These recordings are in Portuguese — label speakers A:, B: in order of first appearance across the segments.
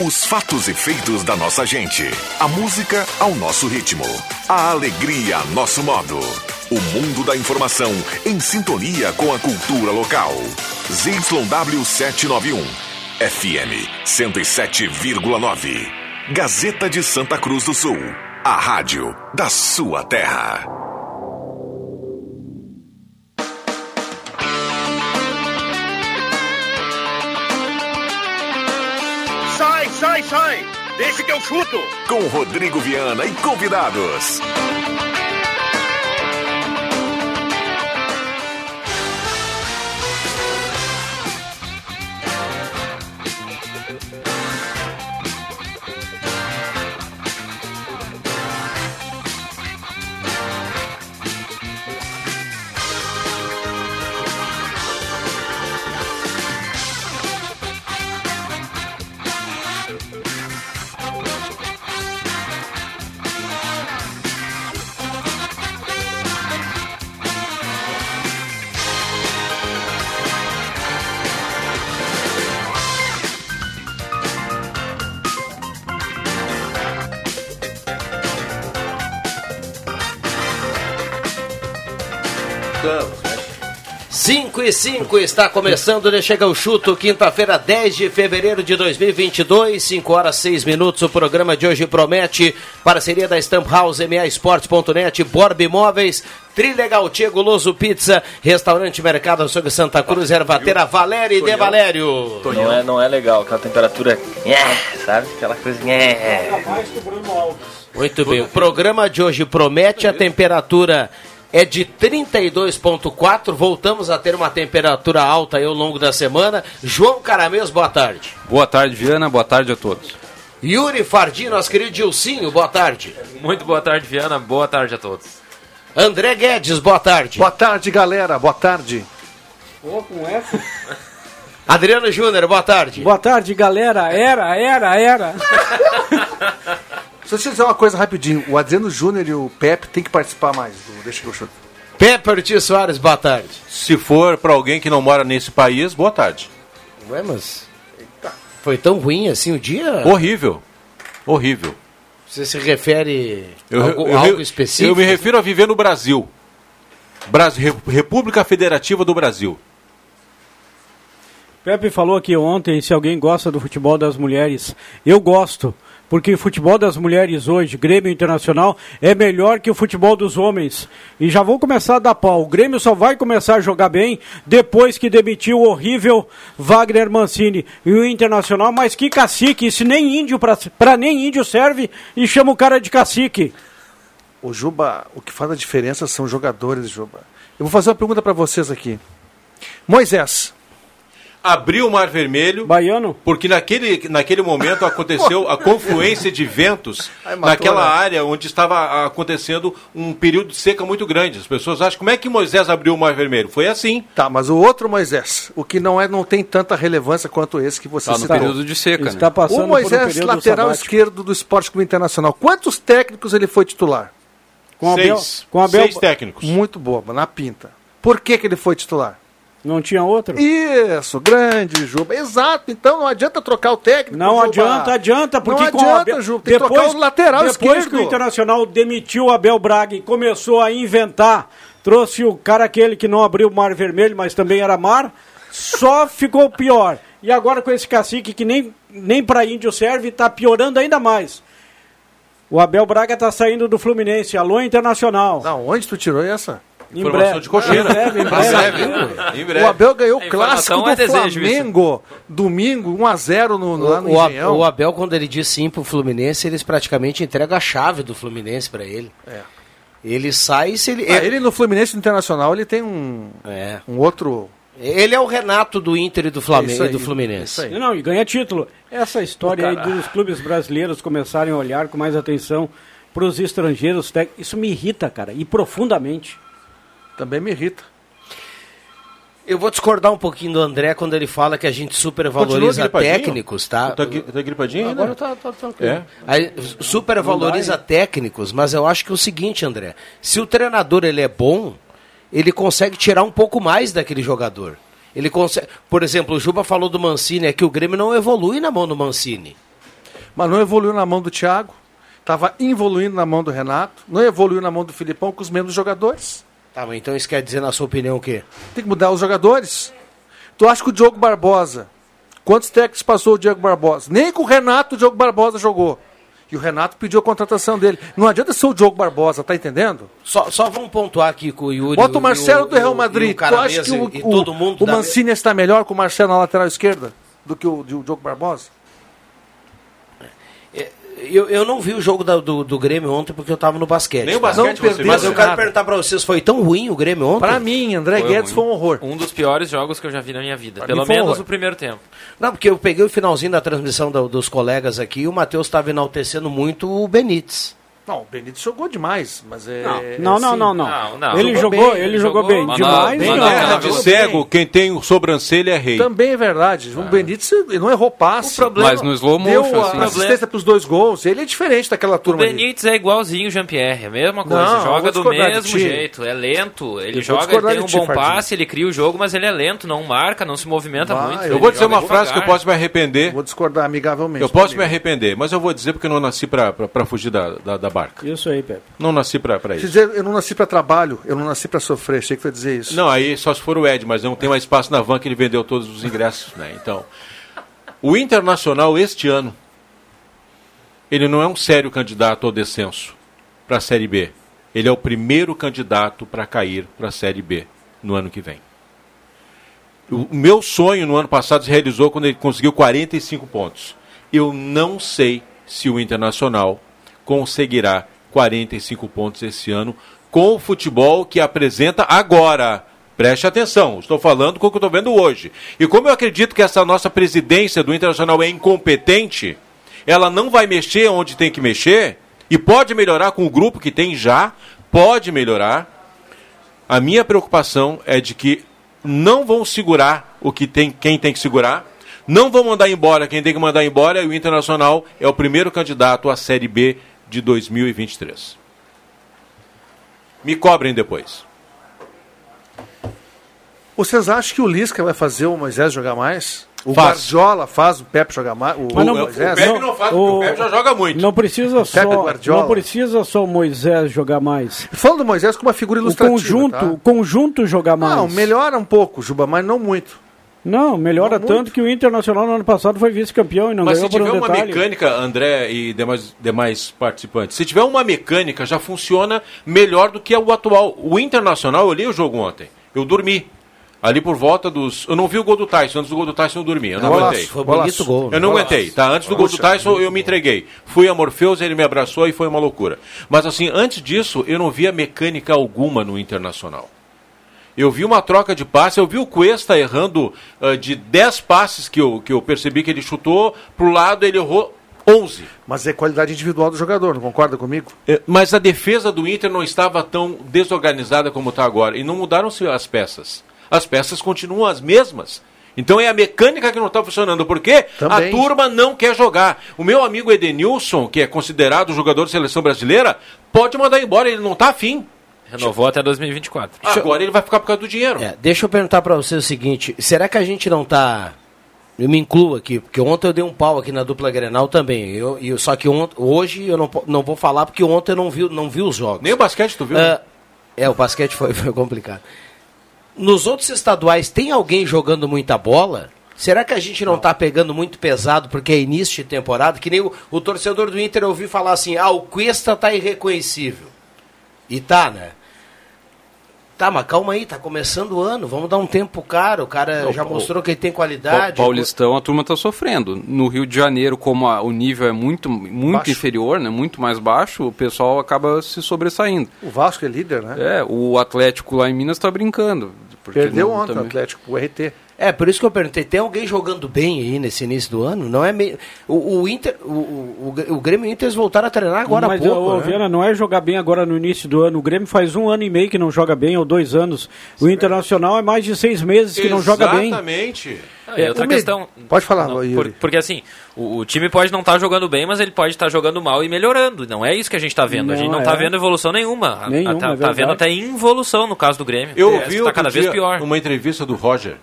A: Os fatos e feitos da nossa gente. A música ao nosso ritmo. A alegria a nosso modo. O mundo da informação em sintonia com a cultura local. ZYW 791. FM 107,9. Gazeta de Santa Cruz do Sul. A rádio da sua terra.
B: Sai, sai, sai! Deixa que eu chuto!
A: Com Rodrigo Viana e convidados.
C: Estamos, né? 5 e 5 está começando, né? Chega o chuto, quinta-feira, 10 de fevereiro de 2022, 5 horas 6 minutos. O programa de hoje promete parceria da Stamp House, MA Esportes.net, Borb Imóveis, Trilegal Tia Guloso Pizza, Restaurante Mercado Açougue Santa Cruz, Ervatera Valéria e De Valério.
D: Não é, não é legal, aquela temperatura, nhé, sabe? Aquela coisa, nhé.
C: Muito bem, o programa de hoje promete a temperatura. É de 32,4. Voltamos a ter uma temperatura alta aí ao longo da semana. João Caramês, boa tarde.
E: Boa tarde, Viana. Boa tarde a todos.
C: Yuri Fardim, nosso querido Dilcinho, boa tarde.
F: Muito boa tarde, Viana. Boa tarde a todos.
C: André Guedes, boa tarde.
G: Boa tarde, galera. Boa tarde.
C: Adriano Júnior, boa tarde.
H: Boa tarde, galera. Era, era, era.
G: Só deixa eu dizer uma coisa rapidinho. O Adriano Júnior e o Pepe tem que participar mais do Deixa que eu chuto.
C: Pepe Ortiz Soares, boa tarde.
I: Se for para alguém que não mora nesse país, boa tarde.
C: Ué, mas. Foi tão ruim assim o dia?
I: Horrível. Horrível.
C: Você se refere
I: Eu,
C: a algo,
I: eu-
C: algo
I: eu-
C: específico?
I: Eu me refiro a viver no Brasil. Bras- Re- República Federativa do Brasil.
H: Pepe falou aqui ontem se alguém gosta do futebol das mulheres. Eu gosto, porque o futebol das mulheres hoje, Grêmio Internacional, é melhor que o futebol dos homens. E já vou começar a dar pau. O Grêmio só vai começar a jogar bem depois que demitiu o horrível Wagner Mancini e o Internacional. Mas que cacique, isso nem índio, pra, pra nem índio serve e chama o cara de cacique.
G: Ô, Juba, o que faz a diferença são jogadores, Juba. Eu vou fazer uma pergunta pra vocês aqui. Moisés,
I: Abriu o Mar Vermelho,
H: Baiano?
I: porque naquele, naquele momento aconteceu a confluência de ventos
G: Ai, matou,
I: naquela
G: né?
I: área onde estava acontecendo um período de seca muito grande. As pessoas acham, como é que Moisés abriu o Mar Vermelho? Foi assim.
G: tá, mas o outro Moisés, o que não é, não tem tanta relevância quanto esse que você
E: Tá no
G: citou.
E: período de seca,
H: Está
E: né?
H: Tá passando
G: O Moisés,
H: por um período
G: lateral
H: sabático.
G: esquerdo do Esporte Clube Internacional. Quantos técnicos ele foi titular?
H: Com Abel,
I: seis,
H: com Abel
I: seis técnicos.
G: Muito boba, na pinta. Por que, que ele foi titular?
H: não tinha outro?
G: Isso, grande, Juba. Exato, então não adianta trocar o técnico.
H: Não
G: Juba.
H: adianta, adianta, porque
G: não
H: com
G: adianta,
H: o Abel,
G: Juba. Tem que trocar o lateral
H: depois
G: esquerdo.
H: que o Internacional demitiu o Abel Braga e começou a inventar, trouxe o cara aquele que não abriu o Mar Vermelho, mas também era mar, só ficou pior. E agora com esse cacique que nem, nem para índio serve, está piorando ainda mais. O Abel Braga está saindo do Fluminense. Alô, Internacional.
G: Da onde tu tirou essa?
H: Em
I: Informação
H: breve.
I: de cocheira.
H: Em breve, em breve.
I: Em
G: O
I: breve.
G: Abel ganhou
F: A
G: o
F: informação
G: clássico do
F: é desejo,
G: Flamengo. Domingo, 1x0 no, no- lá no
C: O, o Ab-
G: Engenhão.
C: o Abel, quando ele diz sim pro Fluminense, eles praticamente entregam a chave do Fluminense pra ele.
G: É.
C: Ele sai e se ele.
G: Ah, ele no Fluminense no Internacional, ele tem um,
C: É.
G: um outro...
C: Ele é o Renato do Inter e do, Flamengo,
G: É Isso aí,
C: do Fluminense.
G: isso aí.
H: Não, Não, e ganha título. Essa história aí dos clubes brasileiros começarem a olhar com mais atenção para os estrangeiros, tec- isso me irrita, cara, e profundamente.
G: Também me irrita.
C: Eu vou discordar um pouquinho do André quando ele fala que a gente supervaloriza
I: Continua gripadinho?
C: técnicos, tá?
I: Tá, gri- tá gripadinho ainda?
C: Agora tá, tá tranquilo.
I: É.
C: Aí, supervaloriza técnicos, mas eu acho que é o seguinte, André. Se o treinador ele é bom, ele consegue tirar um pouco mais daquele jogador. Ele consegue, por exemplo, o Juba falou do Mancini, é que o Grêmio não evolui na mão do Mancini.
G: mas não evoluiu na mão do Thiago, estava involuindo na mão do Renato, não evoluiu na mão do Filipão com os mesmos jogadores.
C: Tá, mas então isso quer dizer, na sua opinião, o quê?
G: Tem que mudar os jogadores. Tu acha que o Diogo Barbosa, quantos técnicos passou o Diogo Barbosa? Nem com o Renato o Diogo Barbosa jogou. E o Renato pediu a contratação dele. Não adianta ser o Diogo Barbosa, tá entendendo?
C: Só, só vamos pontuar aqui com o Yuri.
G: Bota o Marcelo
C: e
G: do Real
C: e
G: Madrid.
C: e o
G: Tu acha
C: Caramese
G: que o,
C: e
G: o-
C: todo mundo
G: o
C: da-
G: Mancini está melhor com o Marcelo na lateral esquerda do que o, do Diogo Barbosa?
C: é, Eu, eu não vi o jogo da- do, do Grêmio ontem porque eu tava no basquete.
I: Nem o
C: tá?
I: basquete
G: Não
I: você
G: perdeu.
I: viu,
C: Mas
I: né?
C: eu quero
G: nada.
C: perguntar pra vocês, foi tão ruim o Grêmio ontem?
G: Para mim, André Guedes
F: ruim.
G: foi um horror.
F: Um dos piores jogos que eu já vi na minha vida.
G: Pra mim
F: Pelo
G: foi um
F: menos
G: horror.
F: o primeiro tempo.
C: Não, porque eu peguei o finalzinho da transmissão do- dos colegas aqui e o Matheus estava enaltecendo muito o Benítez.
G: Não, o Benítez jogou demais, mas é.
H: Não, não,
G: assim,
H: não, não.
F: Não, não.
H: Ele
F: Jogou
H: jogou,
F: bem,
H: ele
F: ele
H: jogou,
F: jogou,
H: bem
F: mas não-
H: demais. né?
F: mas
H: não.
F: não-
I: Terra de
F: Tudo
I: cego, quem tem sobrancelha é rei.
G: Também é verdade. O Benítez ele não errou passe.
F: O problema-
E: Mas no slow
G: deu
E: motion, assim.
G: a assistência para os dois gols. Ele é diferente daquela
F: O
G: turma. ali.
F: Benítez é igualzinho o Jean-Pierre, é a mesma coisa.
G: Não, eu vou
F: joga do
G: discordar de
F: mesmo
G: ti.
F: jeito, é lento. Ele
G: Eu vou
F: joga, ele
G: discordar
F: tem um
G: de ti,
F: bom
G: Fardinho.
F: passe, ele cria o jogo, mas ele é lento, não marca, não se movimenta
G: Vai,
F: tá muito.
G: eu
I: Eu
F: Ele
I: vou dizer
F: joga
I: uma frase que eu
F: devagar.
I: posso me arrepender.
G: Vou discordar amigavelmente.
I: Eu posso me
G: comigo.
I: arrepender, mas eu vou dizer porque eu não nasci pra, pra, pra fugir da, da, da barca.
H: Isso aí, Pepe.
I: Não nasci pra, pra
G: Quer
I: isso.
G: dizer, Eu não nasci para trabalho, eu não nasci para sofrer. Achei que tu ia dizer isso.
I: Não, aí só se for o Ed, mas não tem mais espaço na van que ele vendeu todos os ingressos, né? Então, o Internacional este ano, ele não é um sério candidato ao descenso para a Série B. Ele é o primeiro candidato para cair para a Série B no ano que vem. O o meu sonho no ano passado se realizou quando ele conseguiu 45 pontos. Eu não sei se o Internacional conseguirá 45 pontos esse ano com o futebol que apresenta agora. Preste atenção, estou falando com o que eu estou vendo hoje. E como eu acredito que essa nossa presidência do Internacional é incompetente, ela não vai mexer onde tem que mexer e pode melhorar com o grupo que tem já, pode melhorar. A minha preocupação é de que não vão segurar o que tem, quem tem que segurar, não vão mandar embora quem tem que mandar embora, e o Internacional é o primeiro candidato à Série B de 2023. Me cobrem depois.
G: Vocês acham que o Lisca vai fazer o Moisés jogar mais? O
I: Faz.
G: Guardiola faz o Pepe jogar mais? O,
H: Mas não-
G: o Moisés?
H: Pepe- não faz, porque o Pepe
I: Pepe
H: já
I: joga muito.
H: Não precisa só,
G: Guardiola.
H: não precisa só o Moisés jogar mais.
G: Falando do Moisés como uma figura
H: O
G: ilustrativa.
H: conjunto,
G: tá?
H: o conjunto jogar mais.
G: Não, melhora um pouco, Juba, mas não muito.
H: Não, melhora
G: Não,
H: tanto
G: muito.
H: que o Internacional no ano passado foi vice-campeão e não
I: Mas se
H: ganhou por
I: tiver
H: um
I: uma
H: detalhe.
I: mecânica, André e demais, demais participantes, se tiver uma mecânica, já funciona melhor do que o atual. O Internacional, eu li o jogo ontem, eu dormi. Ali por volta dos. Eu não vi o gol do Tyson, antes do gol do Tyson eu dormi, eu não
G: Golaço,
I: aguentei.
C: Foi
G: Golaço.
C: bonito o gol. né?
I: Eu não aguentei, tá? Antes do gol do Tyson, eu me entreguei. Fui a Morpheus, ele me abraçou e foi uma loucura. Mas assim, antes disso, eu não via mecânica alguma no Internacional. Eu vi uma troca de passe, eu vi o Cuesta errando ah, de 10 passes que eu, que eu percebi que ele chutou, pro lado ele errou 11.
G: Mas é qualidade individual do jogador, não concorda comigo?
I: É, Mas a defesa do Inter não estava tão desorganizada como está agora. E não mudaram-se as peças. As peças continuam as mesmas. Então é a mecânica que não está funcionando, porque
G: Também.
I: a turma não quer jogar. O meu amigo Edenilson, que é considerado jogador de seleção brasileira, pode mandar embora, ele não está afim.
F: Renovou até 2024.
I: Agora ele vai ficar por causa do dinheiro.
C: É, deixa eu perguntar pra vocês o seguinte: será que a gente não tá. Eu me incluo aqui, porque ontem eu dei um pau aqui na dupla Grenal também. Eu, eu- só que ont- hoje eu não, po- não vou falar porque ontem eu não vi, não vi os jogos.
I: Nem o basquete, tu viu?
C: Ah, é, o basquete foi, foi complicado. Nos outros estaduais, tem alguém jogando muita bola? Será que a gente não está pegando muito pesado porque é início de temporada? Que nem o, o torcedor do Inter ouviu falar assim: ah, o Cuesta tá irreconhecível. E tá, né? Tá, mas calma aí, tá começando o ano, vamos dar um tempo pro cara. O cara
E: Não,
C: já
E: o-
C: mostrou que ele tem
E: Pa-
C: qualidade.
E: Paulistão, a turma está sofrendo. No Rio de Janeiro, como a- o nível é muito, muito
G: Baixo.
E: inferior, né, muito mais baixo, o pessoal acaba se sobressaindo.
G: O Vasco é líder, né?
E: É, o Atlético lá em Minas está brincando. porque
G: Perdeu
E: não-
G: ontem o
E: também-
G: Atlético, o RT.
C: É, por isso que eu perguntei, tem alguém jogando bem aí nesse início do ano? Não é meio. O, o Inter. O, o, o Grêmio e o Inter voltaram a treinar agora
H: Mas,
C: há pouco.
H: ô,
C: né?
H: Viana, não é jogar bem agora no início do ano. O Grêmio faz um ano e meio que não joga bem, ou dois anos. O Internacional é mais de seis meses que não joga bem.
I: Exatamente.
F: Ah, e outra
G: o me-
F: questão.
G: Pode falar,
F: não,
G: Yuri.
F: por- porque assim, o, o time pode não estar jogando bem, mas ele pode estar jogando mal e melhorando. Não é isso que a gente está vendo. a gente
H: Não,
F: não está
H: é.
F: vendo evolução nenhuma. A-
H: Nenhuma,
F: a- tá,
H: é
F: tá vendo
H: verdade.
F: até involução no caso do Grêmio.
I: Eu
F: Parece
I: ouvi
F: que tá
I: outro
F: cada vez
I: dia
F: pior.
I: uma entrevista do Roger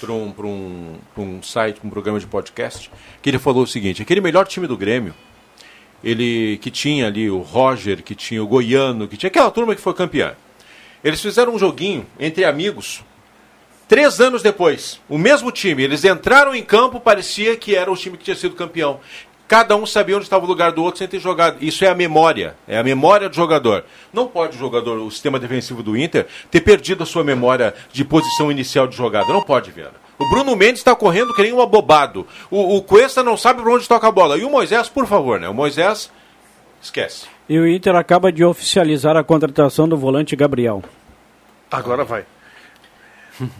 I: para um, pra um, pra um site, pra um programa de podcast, que ele falou o seguinte: aquele melhor time do Grêmio, ele que tinha ali o Roger, que tinha o Goiano, que tinha aquela turma que foi campeã. Eles fizeram um joguinho entre amigos. Três anos depois, o mesmo time, eles entraram em campo, parecia que era o time que tinha sido campeão. Cada um sabia onde estava o lugar do outro sem ter jogado. Isso é a memória, é a memória do jogador. Não pode o jogador, o sistema defensivo do Inter, ter perdido a sua memória de posição inicial de jogada. Não pode, Vera. O Bruno Mendes está correndo que nem um abobado. O, o Cuesta não sabe para onde toca a bola. E o Moisés, por favor, né? O Moisés, esquece.
H: E o Inter acaba de oficializar a contratação do volante Gabriel.
G: Agora vai.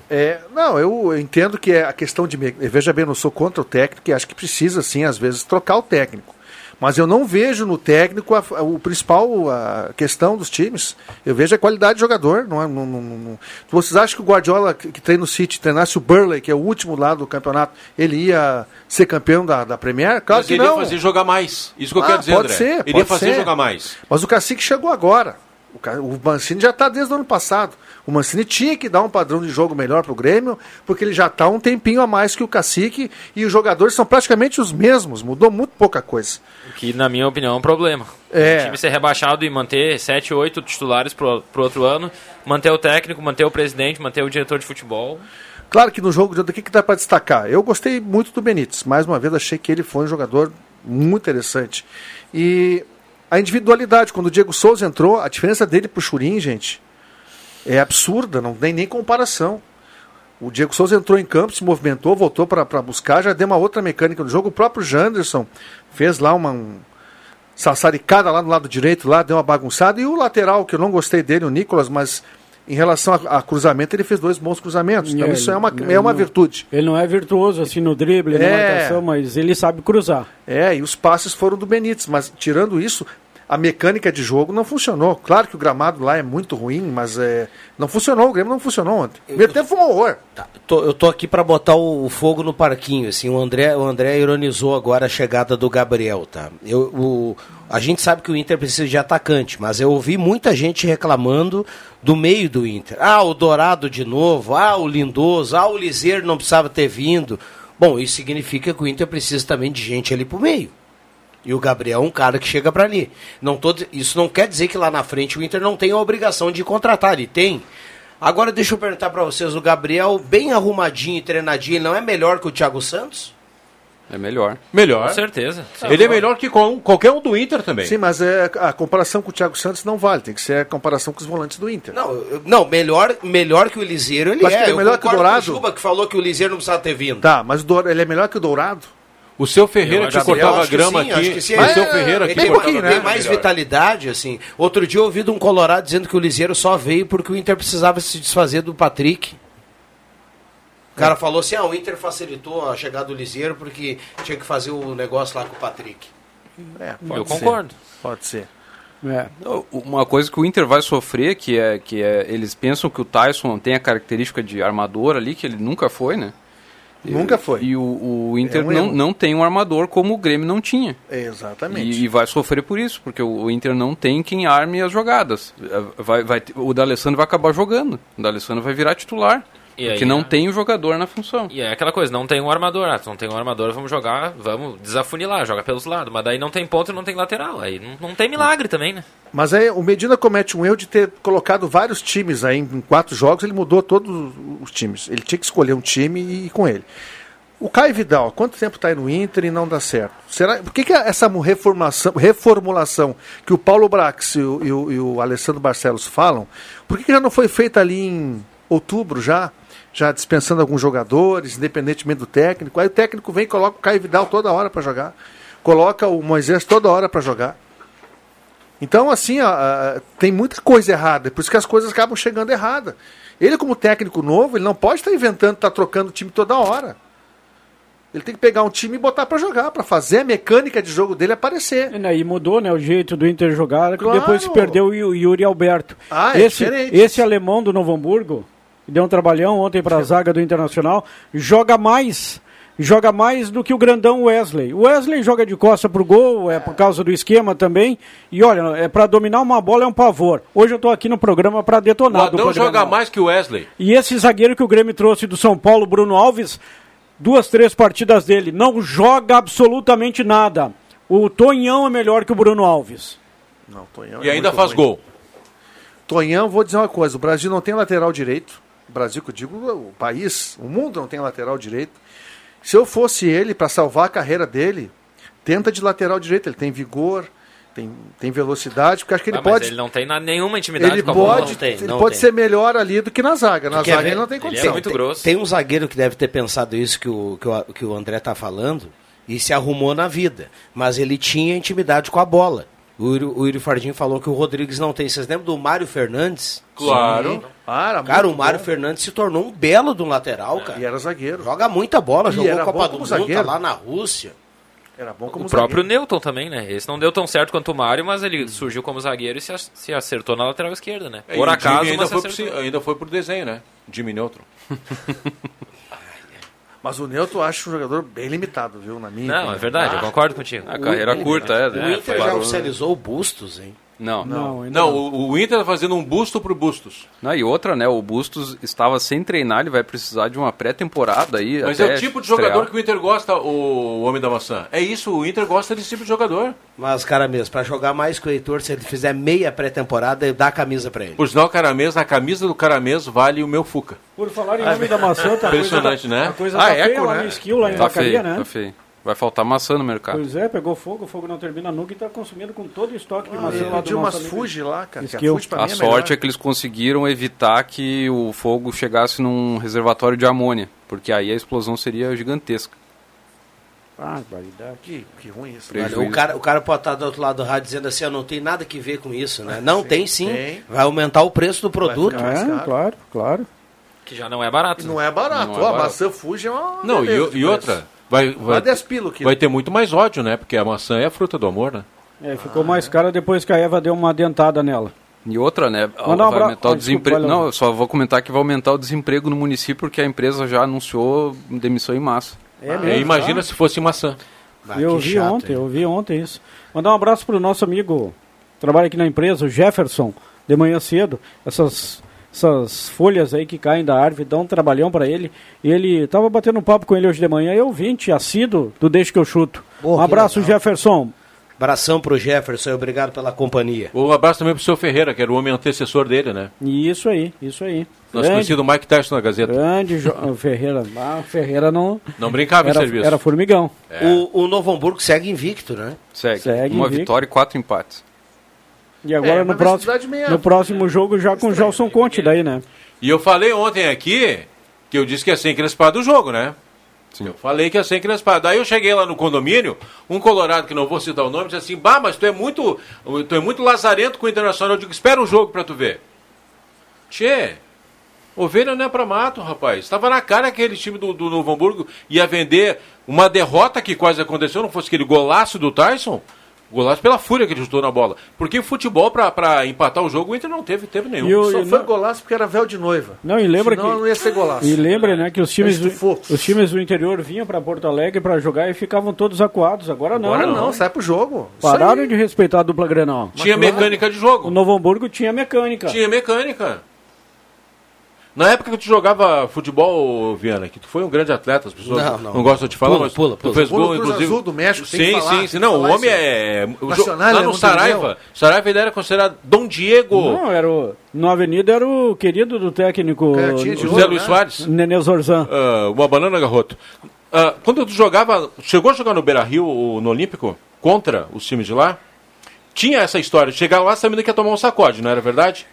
G: É, não, eu entendo que é a questão de. me- Veja bem, eu não sou contra o técnico e acho que precisa, sim, às vezes, trocar o técnico. Mas eu não vejo no técnico a, a- o principal a questão dos times. Eu vejo a qualidade de jogador. Não é, não, não- não- não- Vocês acham que o Guardiola, que, que treina o City, treinasse o Burley, que é o último lá do campeonato, ele ia ser campeão da, da Premier? Claro
I: Mas
G: que
I: ele ia
G: não.
I: fazer jogar mais. Isso que eu
G: Ah,
I: quero dizer,
G: pode
I: André.
G: ser,
I: ele ia
G: pode
I: fazer
G: ser.
I: jogar mais.
G: Mas o Cacique chegou agora. O, Ca- o Mancini já está desde o ano passado. O Mancini tinha que dar um padrão de jogo melhor para o Grêmio, porque ele já está um tempinho a mais que o Cacique e os jogadores são praticamente os mesmos. Mudou muito pouca coisa.
F: Que, na minha opinião, é um problema.
G: É.
F: O time ser rebaixado e manter 7, 8 titulares pro, pro outro ano, manter o técnico, manter o presidente, manter o diretor de futebol.
G: Claro que no jogo de ontem, o que, que dá para destacar? Eu gostei muito do Benítez. Mais uma vez, achei que ele foi um jogador muito interessante. E a individualidade, quando o Diego Souza entrou, a diferença dele pro Churin, gente, é absurda, não tem nem comparação. O Diego Souza entrou em campo, se movimentou, voltou para buscar, já deu uma outra mecânica no jogo. O próprio Janderson fez lá uma, um, sassaricada lá no lado direito, lá deu uma bagunçada. E o lateral, que eu não gostei dele, o Nicolas, mas em relação a, a cruzamento, ele fez dois bons cruzamentos. Então
H: É,
G: isso é uma,
H: ele-
G: é uma
H: não-
G: virtude.
H: Ele não é virtuoso assim no drible, na
G: É.
H: marcação, mas ele sabe cruzar.
G: É, e os passes foram do Benítez, mas tirando isso, a mecânica de jogo não funcionou. Claro que o gramado lá é muito ruim, mas é, não funcionou, o Grêmio não funcionou ontem. O primeiro tempo foi um horror.
C: Tá, Tô- eu tô aqui para botar o, o fogo no parquinho, assim, o André, o André ironizou agora a chegada do Gabriel, tá? Eu, o, a gente sabe que o Inter precisa de atacante, mas eu ouvi muita gente reclamando do meio do Inter. Ah, o Dourado de novo, ah, o Lindoso, ah, o Liseiro não precisava ter vindo. Bom, isso significa que o Inter precisa também de gente ali pro meio. E o Gabriel é um cara que chega pra ali. Não tô diz- isso não quer dizer que lá na frente o Inter não tem a obrigação de contratar, ele tem. Agora deixa eu perguntar pra vocês, o Gabriel bem arrumadinho e treinadinho, ele não é melhor que o Thiago Santos?
E: É melhor.
I: Melhor.
F: Com certeza.
E: Tá
I: Ele é melhor que com- qualquer um do Inter também.
G: Sim, mas é, a comparação com o Thiago Santos não vale, tem que ser a comparação com os volantes do Inter.
C: Não, eu- não melhor, melhor que o Eliseiro ele
G: Eu acho
C: é.
G: que ele é
C: Eu
G: melhor que o
C: concordo
G: Dourado.
C: Com o Juba que falou que o Eliseiro não precisava ter vindo.
G: Tá, mas o Doura- ele é melhor que o Dourado?
I: O seu Ferreira
F: Eu
I: que
F: acho que sim,
I: cortava
C: Eu
I: a
C: acho que
I: grama
C: sim,
I: aqui.
C: acho que sim.
I: o seu
C: É,
I: Ferreira
C: ele
I: aqui
C: tem,
I: cortava
C: um
G: né?
C: pouquinho,
I: a
C: tem
I: grama.
C: mais
I: melhor.
C: vitalidade, assim. Outro dia eu ouvi de um colorado dizendo que o Liseiro só veio porque o Inter precisava se desfazer do Patrick. O cara falou assim, ah, o Inter facilitou a chegada do Liseiro porque tinha que fazer o negócio lá com o Patrick.
G: É,
F: Eu
G: pode ser.
F: concordo.
G: Pode ser.
H: É.
E: Não, Uma coisa que o Inter vai sofrer, que é que é, eles pensam que o Tyson tem a característica de armador ali, que ele nunca foi, né?
G: Nunca foi.
E: E o, o Inter
G: É um
E: não,
G: erro. É,
E: não tem um armador como o Grêmio não tinha.
G: Exatamente.
E: E, e vai sofrer por isso, porque o, o Inter não tem quem arme as jogadas. Eh, Vai, vai, ter- o D'Alessandro vai acabar jogando. O D'Alessandro vai virar titular.
F: E
E: porque
F: aí,
E: não
F: né?
E: tem o jogador na função.
F: E é aquela coisa, não tem um armador. Ah, tu não tem um armador, vamos jogar, vamos desafunilar, joga pelos lados. Mas daí não tem ponto não tem lateral. Aí não, não tem milagre também, né?
G: Mas aí o Medina comete um erro de ter colocado vários times aí em quatro jogos, ele mudou todos os times. Ele tinha que escolher um time e ir com ele. O Caio Vidal, há quanto tempo está aí no Inter e não dá certo? Será, por que, que essa reformação- reformulação que o Paulo Brax e o, e o- e o Alessandro Barcelos falam, por que, que já não foi feita ali em outubro já? Já dispensando alguns jogadores, independentemente do técnico. Aí o técnico vem e coloca o Caio Vidal toda hora para jogar. Coloca o Moisés toda hora para jogar. Então, assim, ó, ah, tem muita coisa errada, por isso que as coisas acabam chegando errada. Ele, como técnico novo, ele não pode estar inventando, estar trocando o time toda hora. Ele tem que pegar um time e botar pra jogar, pra fazer a mecânica de jogo dele aparecer.
H: E daí mudou né, o jeito do Inter jogar, que
G: Claro.
H: depois se perdeu o Yu- Yuri Alberto.
G: Ah, é
H: esse,
G: diferente.
H: esse alemão do Novo Hamburgo, que deu um trabalhão ontem para a zaga do Internacional, joga mais joga mais do que o grandão Wesley. O Wesley joga de costa pro gol, é por causa do esquema também. E olha, é para dominar uma bola é um pavor. Hoje eu tô aqui no programa para
I: O
H: detonar. a
I: Adão
H: dupla
I: joga
H: Grenal.
I: mais que o Wesley.
H: E esse zagueiro que o Grêmio trouxe do São Paulo, Bruno Alves, duas, três partidas dele, não joga absolutamente nada. O Tonhão é melhor que o Bruno Alves.
G: Não, Tonhão
I: E
G: é
I: ainda
G: muito
I: faz
G: ruim.
I: gol.
G: Tonhão, vou dizer uma coisa: o Brasil não tem lateral direito. O Brasil, que eu digo, o país, o mundo não tem lateral direito. Se eu fosse ele, para salvar a carreira dele, tenta de lateral direito. Ele tem vigor, tem, tem velocidade, porque acho que ele
F: Ah, mas
G: pode.
F: ele não tem na- nenhuma intimidade
G: Ele
F: com a bola.
G: pode,
C: Não tem,
G: ele
C: não
G: pode
C: tem.
G: ser melhor ali do que na zaga. Na
C: quer
G: zaga
C: ver?
G: ele não tem
F: Ele é
G: condição.
F: muito
C: tem,
F: grosso.
C: Tem um zagueiro que deve ter pensado isso que o, que o, que o André tá falando e se arrumou na vida. Mas ele tinha intimidade com a bola. O Iri, o Yuri Fardinho falou que o Rodrigues não tem. Vocês lembram do Mário Fernandes?
I: Claro.
G: Cara,
C: Cara, o
G: muito
C: Mário
G: bom. É,
C: Fernandes se tornou um belo de um lateral, cara.
G: E era zagueiro.
C: Joga muita bola,
G: E
C: jogou
G: era bom
C: Copa do
G: como
C: Mundo, tá
G: zagueiro.
C: lá na Rússia.
G: Era bom como
F: O próprio
G: um zagueiro. Hum.
F: Newton também, né? Esse não deu tão certo quanto o Mário, mas ele surgiu como zagueiro e se ac- se acertou na lateral esquerda, né?
I: É,
G: É,
I: E o
F: Por acaso,
I: Jimmy ainda
F: mas se
I: foi, pro, ci-
F: acertou.
I: ainda foi pro desenho, né? Jimmy Neutron.
G: Mas o Neuto eu acho um jogador bem limitado, viu? Na minha.
F: Não, é verdade, eu concordo contigo.
E: A carreira curta, é.
C: O
E: né?
C: Inter já oficializou o Bustos, hein?
E: Não. não.
H: ainda
I: Não, o, o Inter tá fazendo um busto pro Bustos.
E: E outra, né? O Bustos estava sem treinar, ele vai precisar de uma pré-temporada aí.
I: Mas
E: até
I: é o tipo de
E: estrear.
I: jogador que o Inter gosta, o Homem da Maçã. É isso, o Inter gosta desse tipo de jogador.
C: Mas, cara mesmo, pra jogar mais com o Heitor, se ele fizer meia pré-temporada, dá a camisa pra ele.
I: Por sinal, o caramês, a camisa do caramês vale o meu Fuca.
H: Por falar em nome da maçã, tá
I: Impressionante,
H: coisa,
I: né?
H: A coisa
G: Ah,
H: tá
G: Eco,
H: feia lá
G: né?
H: no esquilo, lá em
E: Tá
H: Vacaria,
E: feio,
H: né?
E: tá feio. Vai faltar maçã no mercado.
H: Pois é, pegou fogo, o fogo não termina nunca e tá consumindo com todo o estoque de maçã
G: Ele
H: lá do
G: pediu
H: nosso
G: umas
H: amigo.
G: é, Fuji lá, cara. Que a
H: Esquil.
G: Fuji pra
E: A
G: mim é
E: sorte é
G: melhor.
E: que eles conseguiram evitar que o fogo chegasse num reservatório de amônia, porque aí a explosão seria gigantesca.
H: Ah, barbaridade.
G: Que, que ruim isso.
I: né?
E: Prejuízo.
C: Olha, o, cara, o cara pode estar do outro lado do rádio dizendo assim, ó, não tem nada que ver com isso,
I: Ah,
C: né? Não, tem sim.
G: tem.
C: Vai aumentar o preço do produto.
G: ficar- Mais
H: É,
G: caro.
H: claro, claro.
F: Que já não é barato.
G: Não é barato.
E: Não é
G: Ó,
E: barato.
G: A maçã Fuji é uma.
I: Não, e,
G: beleza
I: e
G: de preço.
I: outra, vai, vai,
G: Lá 10 pila o quilo.
I: vai ter muito mais ódio, né? Porque a maçã é a fruta do amor, né?
H: É, ficou mais cara depois que a Eva deu uma dentada nela.
E: E outra, né?
H: um
E: vai
H: abra-
E: aumentar
H: Ah, desculpa,
E: o desemprego.
H: vai lá.
E: Não, eu só vou comentar que vai aumentar o desemprego no município porque a empresa já anunciou demissão em massa.
H: É
I: E imagina se fosse maçã.
C: Ah,
H: eu
C: que
H: vi
C: chato,
H: ontem,
C: hein?
H: eu vi ontem isso. Mandar um abraço pro nosso amigo, trabalha aqui na empresa, o Jefferson, de manhã cedo. Essas, essas folhas aí que caem da árvore dão um trabalhão para ele. E ele tava batendo um papo com ele hoje de manhã, eu vinte, assíduo do Deixa que eu chuto.
C: Boa,
H: um
C: que
H: abraço,
C: legal.
H: Jefferson.
C: Abração pro Jefferson, obrigado pela companhia.
I: Um abraço também pro seu Ferreira, que era o homem antecessor dele, né?
H: E isso aí, isso aí.
I: Nós
H: grande,
I: conhecido Mike Tyson na Gazeta.
H: grande jo... Ferreira. Ah, o Ferreira não.
I: Não brincava em
H: Era,
I: serviço. É.
H: era formigão.
C: O, o Novo Hamburgo segue invicto, né?
E: Segue.
H: Segue,
E: Uma
H: Vic.
E: vitória e quatro empates.
H: E agora
G: É,
H: no,
G: mas né?
H: próximo,
G: velocidade meia-
H: no próximo jogo já com o Gelson Conte daí, né?
I: E eu falei ontem aqui que eu disse que é ia ser encrespado o jogo, né? Eu falei que é ia ser encrespado. Aí eu cheguei lá no condomínio, um colorado que não vou citar o nome, disse assim: Bah, mas tu é muito, tu é muito lazarento com o Internacional. Eu digo: Espera o jogo pra tu ver. Tchê, ovelha não é pra mato, rapaz. Tava na cara que aquele time do, do Novo Hamburgo ia vender uma derrota que quase aconteceu, não fosse aquele golaço do Tyson. Golaço pela fúria que ele chutou na bola. Porque futebol, pra- pra empatar o jogo, o Inter não teve, teve nenhum.
H: E o-
G: Só
H: e
G: foi
H: não-
G: Um golaço porque era véu de noiva.
H: Não, e lembra
G: Senão
H: que-
G: não ia ser golaço. É
H: E lembra, né, que os times, do,
G: Estufou.
H: os times do interior vinham para Porto Alegre para jogar e ficavam todos acuados. Agora não.
G: Agora não, sai pro jogo. Isso
H: Pararam
G: aí.
H: de respeitar a dupla Grenal.
I: Tinha mecânica de
H: O
I: jogo.
H: Novo Hamburgo tinha mecânica.
I: Tinha mecânica. Na época que tu jogava futebol, Viana, que tu foi um grande atleta, as pessoas
C: Não,
I: não,
C: não.
I: gostam de falar,
C: Pula,
I: mas
C: pula, pula.
I: tu fez
G: Pula
I: gol,
G: o Cruz
I: inclusive.
G: Azul do México, tem que
I: sim,
G: falar,
I: sim,
G: tem
I: sim.
G: que
I: Não, o
G: falar
I: homem
G: isso.
I: é. o jo-
G: Nacional,
I: Lá
G: ele é
I: no
G: muito
I: Saraiva.
G: legal.
I: Saraiva ele era considerado Dom Diego.
H: Não, era o, no Avenida era o querido do técnico
G: Canhotinha de
I: o
H: o-
G: ouro,
I: Zé Luiz
G: né?
I: Soares.
H: Nenê Zorzan.
I: ah, uma banana garroto. Ah, quando tu jogava. Chegou a jogar no Beira Rio, no Olímpico, contra os times de lá? Tinha essa história. Chegar lá sabendo que ia tomar um sacode, não era verdade?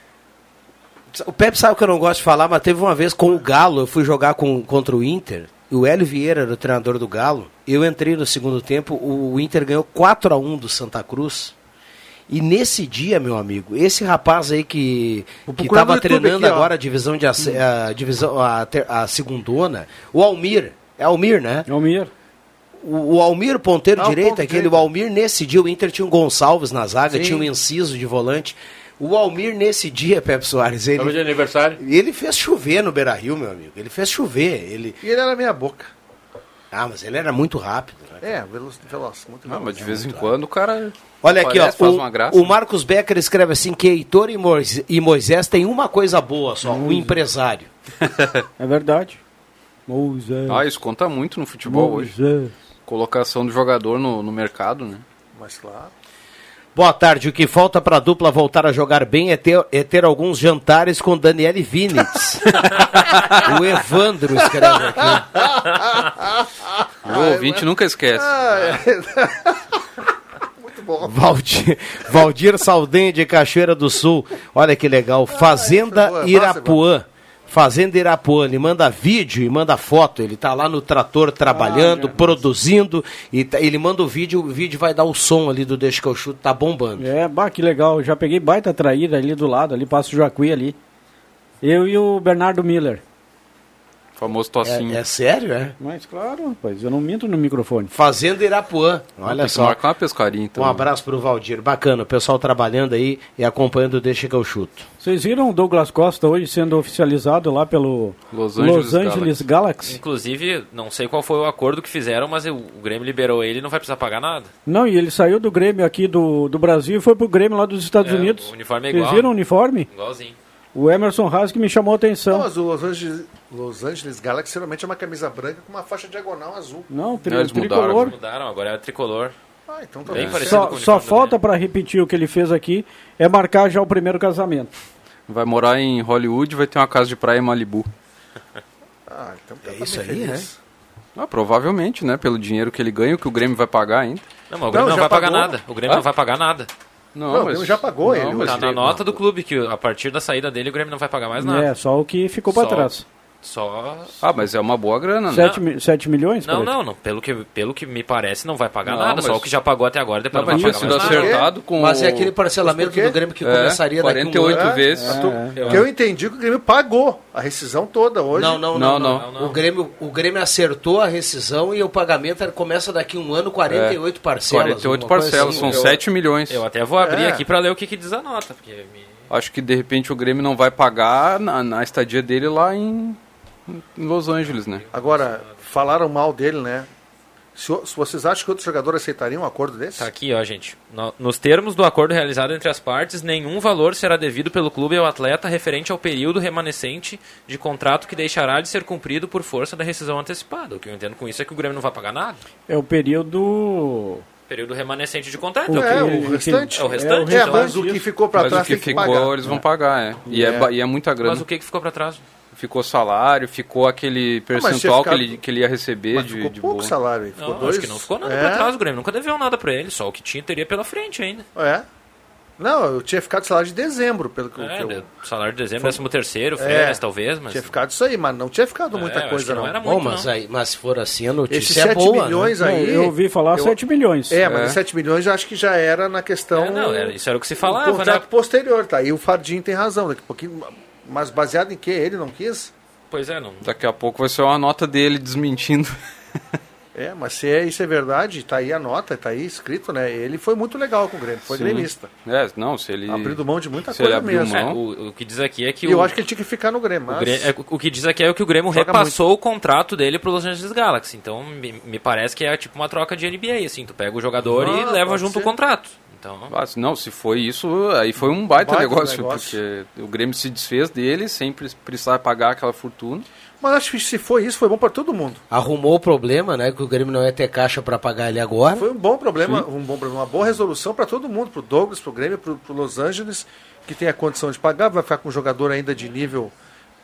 C: O Pepe sabe que eu não gosto de falar, mas teve uma vez com o Galo, eu fui jogar com, contra o Inter, e o Hélio Vieira era o treinador do Galo. Eu entrei no segundo tempo, o, o Inter ganhou 4 a 1 do Santa Cruz. E nesse dia, meu amigo, esse rapaz aí que
G: Vou
C: que
G: procurar no
C: estava
G: YouTube
C: treinando
G: aqui, ó.
C: agora a divisão de ace- a divisão a, ter- a segundona, o Almir, é Almir, né?
H: Almir.
C: O, o Almir, ponteiro
G: Ah, o
C: direito,
G: ponto
C: aquele
G: direito.
C: o Almir, nesse dia, o Inter tinha um Gonçalves na zaga,
G: Sim.
C: tinha um Inciso de volante. O Almir, nesse dia, Pepe Soares,
I: Tava de
C: ele,
I: aniversário.
C: ele fez chover no Beira Rio, meu amigo. Ele fez chover. Ele,
G: E ele era meia boca.
C: Ah, mas ele era muito rápido. né?
G: É, veloz, veloz muito
E: Não,
G: veloz.
H: É
E: mas de vez em quando o cara.
C: Olha aqui,
E: Parece,
C: ó.
E: faz
C: o,
E: uma graça. né?
C: o Marcos Becker escreve assim que Heitor e, Mois- e Moisés têm uma coisa boa só, o empresário.
H: É verdade. Moisés.
E: Ah, isso conta muito no futebol hoje.
H: Moisés.
E: Colocação do jogador no, no mercado, né?
G: Mas claro.
C: Boa tarde. O que falta pra dupla voltar a jogar bem é ter, é ter alguns jantares com Daniele Vinitz. o Evandro escreve aqui.
E: o ouvinte nunca esquece.
G: Ah, é.
C: Valdir, Valdir Saldanha de Cachoeira do Sul. Olha que legal. Fazenda
G: boa.
C: Irapuã. Fazenda Irapuã, ele manda vídeo e manda foto. Ele tá lá no trator trabalhando, produzindo, e tá- ele manda o vídeo, o vídeo vai dar o som ali do Deixa que eu chuto, tá bombando.
H: É, bah, que legal. Já peguei baita traíra ali do lado, ali passa o Jacuí ali. Eu e o Bernardo Miller.
E: Famoso
C: É,
E: tocinho.
C: é sério, é?
H: Mas claro, rapaz, eu não minto no microfone.
C: Fazenda Irapuã. Olha
E: Tem que
C: só.
E: marcar uma pescaria, então.
C: Um abraço pro Valdir. Bacana, o pessoal trabalhando aí e acompanhando o Deixa que eu chuto.
H: Vocês viram o Douglas Costa hoje sendo oficializado lá pelo
E: Los Angeles
H: Angeles Galaxy?
F: Inclusive, não sei qual foi o acordo que fizeram, mas o o Grêmio liberou ele e não vai precisar pagar nada.
H: Não, e ele saiu do Grêmio aqui do, do Brasil e foi pro Grêmio lá dos Estados
F: É,
H: Unidos.
F: o uniforme é
H: Vocês
F: igual.
H: viram o uniforme?
F: Igualzinho.
H: O Emerson Haas que me chamou a
G: Não,
H: atenção.
G: mas o Los Angeles, Los Angeles Galaxy geralmente é uma camisa branca com uma faixa diagonal azul.
H: Não, tri
E: Não, eles mudaram,
H: tricolor.
F: Mudaram, agora é tricolor.
G: Ah, então tá
F: Bem
G: bom.
F: parecido com
H: Só,
F: o
H: só
F: uniforme do
H: falta
F: Grêmio.
H: para repetir o que ele fez aqui, é marcar já o primeiro casamento.
E: Vai morar em Hollywood vai ter uma casa de praia em Malibu.
G: Ah, então tá
C: É
G: bem
C: isso aí,
G: feliz.
E: Ah, provavelmente, né? Pelo dinheiro que ele ganha, o que o Grêmio vai pagar ainda.
F: Não, mas o Grêmio
G: Não,
F: não,
G: já
F: vai pagar
G: pagou.
F: nada. O Grêmio não vai pagar nada.
E: Não,
G: o Grêmio já pagou ele,
E: mas
F: Tá na
E: tem-
F: nota do clube que a partir da saída dele o Grêmio não vai pagar mais nada.
H: É, só o que ficou para
F: Só.
H: trás.
F: Só.
E: Ah, mas é uma boa grana, né?
H: 7, milhões?
F: Não,
H: peraí.
F: não, não. Pelo que, pelo que me parece, não vai pagar
E: Não,
F: nada. Só
E: mas-
F: o que já pagou até agora, depois
E: Não,
F: não,
E: mas
F: vai
E: tinha
F: pagar
E: sido
F: mais nada.
E: acertado com.
C: Mas é
E: o-
C: aquele parcelamento
G: Mas por quê?
C: do Grêmio que
E: É,
C: começaria daqui a um
E: 48
C: ano.
E: vezes.
G: Ah,
C: é.
G: Porque eu entendi que o Grêmio pagou a rescisão toda hoje.
C: Não, não, não,
E: Não,
C: não.
E: não,
F: não.
C: O, Grêmio, o Grêmio acertou a rescisão e o pagamento era- começa daqui a um ano, 48 parcelas.
E: 48
C: uma coisa
E: parcelas,
C: assim.
E: são 7 milhões.
F: Eu até vou abrir
G: É.
F: aqui pra ler o que, que diz a nota. Porque me-
E: Acho que de repente o Grêmio não vai pagar na, na estadia dele lá em, em Los Angeles, né?
G: Agora, falaram mal dele, né? Se, o- se vocês acham que outro jogador aceitaria um acordo desse?
F: Tá aqui, ó, gente. No- Nos termos do acordo realizado entre as partes, nenhum valor será devido pelo clube ao atleta referente ao período remanescente de contrato que deixará de ser cumprido por força da rescisão antecipada. O que eu entendo com isso é que o Grêmio não vai pagar nada.
H: É o período.
F: Período remanescente de contrato.
H: O-
G: É,
H: que-
G: o
H: que-
G: restante.
F: é o restante,
G: É,
F: então.
G: mas o que ficou pra
E: Mas o
G: trás
E: que
G: tem que
E: ficou,
G: pagar.
E: eles vão pagar, é. E é,
G: É.
E: ba- e é muita grana.
F: Mas o que, que ficou pra trás?
E: Ficou salário, ficou aquele
G: Ah, mas tinha
E: percentual
G: ficado-
E: que, ele, que ele ia receber
G: Mas
E: de,
G: ficou
E: de
G: pouco
E: bônus.
G: salário aí. Ficou
F: Não,
G: dois.
F: acho que não ficou nada
G: é,
F: pra trás. O Grêmio nunca deveu nada pra ele. Só o que tinha teria pela frente ainda.
G: É. Não, eu tinha ficado salário de dezembro, pelo que, eu-
F: É,
G: que eu. É.
F: de- salário de dezembro, décimo terceiro, férias, talvez, mas...
G: Tinha ficado isso aí, mas não tinha
F: É,
G: ficado
F: eu
G: muita
F: acho
G: coisa,
F: que não
G: não.
F: era
C: Bom,
F: muito,
C: mas,
F: não.
C: aí, mas se for assim, a
G: Esses
C: notícia é
G: 7
C: boa.
G: milhões
C: né?
G: aí.
H: eu ouvi falar 7 milhões.
G: É, mas
E: É.
G: os 7 milhões eu acho que já era na questão.
F: É, não, era- isso era o que se falava,
G: do contrato
F: né?
G: posterior, tá? E o Fardinho tem razão, daqui a pouquinho. Mas baseado em que ele não quis?
F: Pois é, não.
E: Daqui a pouco vai ser uma nota dele desmentindo.
G: É, mas se é, isso é verdade, tá aí a nota, tá aí escrito, né? Ele foi muito legal com o Grêmio, foi
E: Sim.
G: gremista.
E: É, não, se ele.
G: Abrindo mão de muita
E: Se ele
G: coisa
E: abriu
G: mesmo.
E: mão.
F: É, o, o que diz aqui é que
G: E
F: o,
G: eu acho que ele tinha que ficar no Grêmio,
F: o
G: mas.
F: Grêmio- é, o que diz aqui é que o Grêmio
G: Joga
F: repassou o contrato dele pro Los Angeles Galaxy. Então, me, me parece que é tipo uma troca de NBA, assim. Tu pega o jogador e
G: Ah,
F: leva
G: pode
F: junto
G: ser.
F: o contrato. Então,
E: Ah, se- não, se foi isso, aí foi um baita,
G: Baita
E: negócio,
G: negócio.
E: porque o Grêmio se desfez dele sem pre- precisar pagar aquela fortuna.
G: Mas acho que se foi isso, foi bom pra todo mundo.
C: Arrumou o problema, né? Que o Grêmio não ia ter caixa pra pagar ele agora.
G: Foi um bom problema, um bom problema, uma boa resolução pra todo mundo, pro Douglas, pro Grêmio, pro, pro Los Angeles, que tem a condição de pagar, vai ficar com um jogador ainda de nível,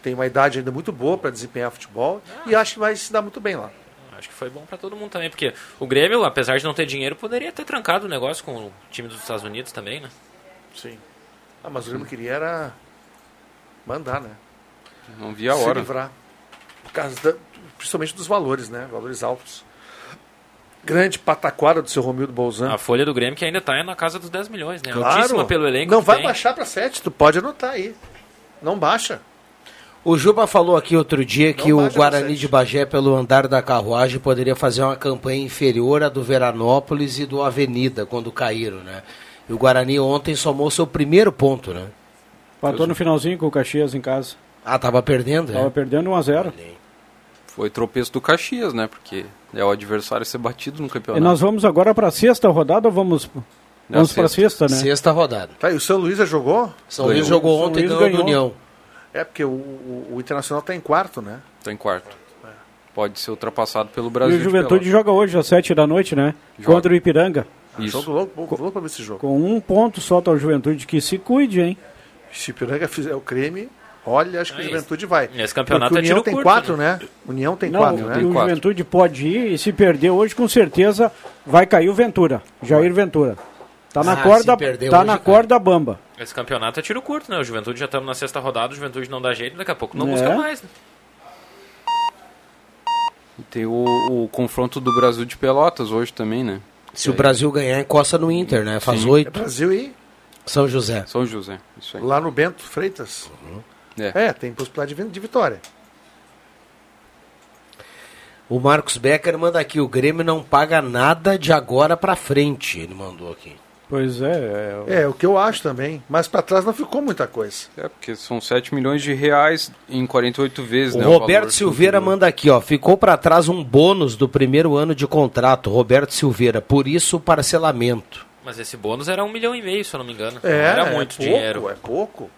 G: tem uma idade ainda muito boa pra desempenhar futebol e
E: Ah.
G: acho que vai se dar muito bem lá.
F: acho que foi bom pra todo mundo também. Porque o Grêmio, apesar de não ter dinheiro, poderia ter trancado o negócio com o time dos Estados Unidos também, né?
G: Sim. Ah, mas o Grêmio queria era mandar, né?
E: Não vi a
G: se
E: hora.
G: livrar. Por causa da- principalmente dos valores, né? Valores altos. Grande pataquara do seu Romildo Bolzan.
E: Ah,
F: A folha do Grêmio que ainda tá na casa dos 10 milhões, né?
G: Claro.
F: Altíssima pelo elenco
G: Não
F: que
G: vai
F: tem.
G: baixar pra 7, tu pode anotar aí. Não baixa.
C: O Juba falou aqui outro dia que
G: Não
C: o
G: bate no
C: Guarani
G: sete.
C: de Bagé, pelo andar da carruagem, poderia fazer uma campanha inferior à do Veranópolis e do Avenida, quando caíram, né? E o Guarani ontem somou seu primeiro ponto, né?
H: Patou no finalzinho com o Caxias em casa.
C: Ah, tava perdendo,
H: Tava um
C: né?
H: perdendo 1 a 0
E: Foi tropeço do Caxias, né? Porque é o adversário ser batido no
H: E
E: campeonato.
H: nós vamos agora para a sexta rodada ou vamos, vamos para a sexta, né?
C: Sexta rodada.
G: Tá, e o São Luís já jogou?
C: São Luís jogou
H: São
C: ontem e
H: Luís
C: ganhou, do
H: ganhou.
C: União.
G: É, porque o, o- o Internacional tá em quarto, né?
E: Tá em quarto. Pode ser ultrapassado pelo
H: E
E: Brasil.
H: o
E: de
H: Juventude joga hoje às sete da noite, né?
E: Joga.
H: Contra o Ipiranga.
E: Pelotas. Isso.
G: Tá Jogo louco, louco, louco pra ver esse jogo.
H: Com um ponto só tá o Juventude que se cuide, hein?
G: Se o Piranga fizer É, o creme, olha, acho que a
F: Ah,
G: juventude vai.
F: esse campeonato
G: Porque
F: é
G: o União
F: tiro
G: tem
F: curto,
G: quatro, né? União tem
H: Não,
G: quatro,
H: e
G: né?
H: o
E: quatro.
H: Juventude pode ir e se perder hoje, com certeza vai cair o Ventura. Jair Ventura. Tá na
C: Ah, se
H: corda,
C: perder
H: tá
C: hoje,
H: na
C: cara.
H: corda bamba.
F: Esse campeonato é tiro curto, né? O Juventude já estamos na sexta rodada, o Juventude não dá jeito, daqui a pouco não
H: É.
F: busca mais. né?
E: E tem o, o confronto do Brasil de Pelotas hoje também, né?
C: Se o Brasil ganhar, encosta no Inter, né? Faz oito.
G: É Brasil e
C: São José.
E: São José. Isso aí.
G: lá no Bento Freitas.
E: É.
G: É, tem possibilidade de vi- de vitória.
C: O Marcos Becker manda aqui, o Grêmio não paga nada de agora pra frente, ele mandou aqui.
H: Pois é, é,
G: É, o que eu acho também. Mas pra trás não ficou muita coisa.
E: É, porque são 7 milhões de reais em 48 vezes,
C: O
E: né?
C: Roberto
E: valor.
C: Silveira manda aqui, ó, ficou pra trás um bônus do primeiro ano de contrato, Roberto Silveira, por isso o parcelamento.
F: Mas esse bônus era um milhão e meio, se eu não me engano.
G: É,
F: não era
G: é
F: muito
G: pouco,
F: dinheiro.
G: É pouco.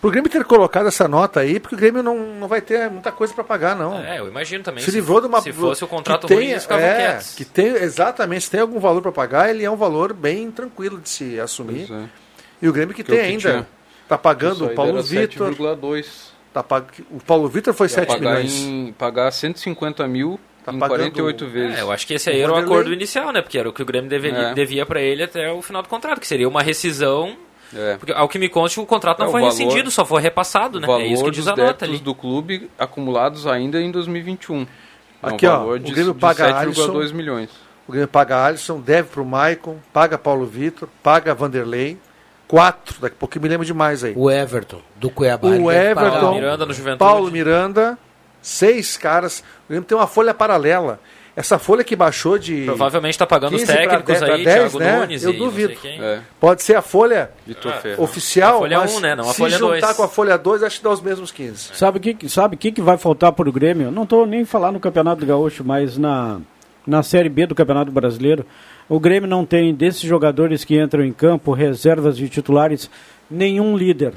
G: Pro Grêmio ter colocado essa nota aí, porque o Grêmio não, não vai ter muita coisa pra pagar, não.
F: É, eu imagino também.
G: se livrou de uma
F: Se fosse o contrato
G: que
F: ruim, eles ficavam
G: é,
F: quietos.
G: que tem exatamente se tem algum valor para pagar ele é um valor bem tranquilo de se assumir
E: Pois é.
G: e o Grêmio que,
E: Que é
G: tem
E: o que
G: ainda
E: tinha.
G: tá
E: Isso
G: pagando
E: aí
G: o Paulo
E: dera
G: Vitor
E: 7,2.
G: tá pag... o Paulo Vitor foi 7
E: Pagar,
G: milhões
E: em, pagar 150 mil
G: Tá
E: em
G: pagando- Um
E: 48 vezes.
F: É, eu acho que esse aí era o
G: Vanderlei.
F: acordo inicial, né? Porque era o que o Grêmio deveria-
E: É.
F: devia pra ele até o final do contrato, que seria uma rescisão.
E: É.
F: Porque, ao que me consta, o contrato não
E: É, o
F: foi
E: valor-
F: rescindido, só foi repassado,
E: O
F: né?
E: valor
F: É isso que diz
E: dos
F: a nota ali.
E: débitos do clube acumulados ainda em 2021. É
G: Aqui, ó,
E: valor
G: o Grêmio paga Alisson.
E: milhões.
G: o Grêmio paga Alisson deve pro Maicon paga Paulo Vitor paga Vanderlei quatro daqui a pouco eu me lembro demais aí
C: O Everton, do Cuiabá. ele
G: o
C: deve pagar
G: Everton,
F: Paulo Miranda no Juventude.
G: Paulo Miranda, seis caras. O Grêmio tem uma folha paralela. Essa folha que baixou de.
F: Provavelmente tá pagando os
G: 15 pra
F: técnicos
G: 10,
F: aí,
G: pra 10,
F: Thiago
G: né?
F: Nunes
G: Eu
F: e não sei
G: duvido.
F: quem. Ah,
E: É,
G: Pode ser a folha
E: Vitor Ferro.
G: oficial.
F: A folha
G: mas
F: um, né? Não a
G: se
F: folha
G: juntar
F: dois.
G: com a folha 2, acho que dá os mesmos 15.
H: Sabe o que, que- sabe que, que vai faltar para o Grêmio? Não estou nem falar no Campeonato do Gaúcho, mas na, na Série B do Campeonato Brasileiro. O Grêmio não tem, desses jogadores que entram em campo, reservas e titulares, nenhum líder.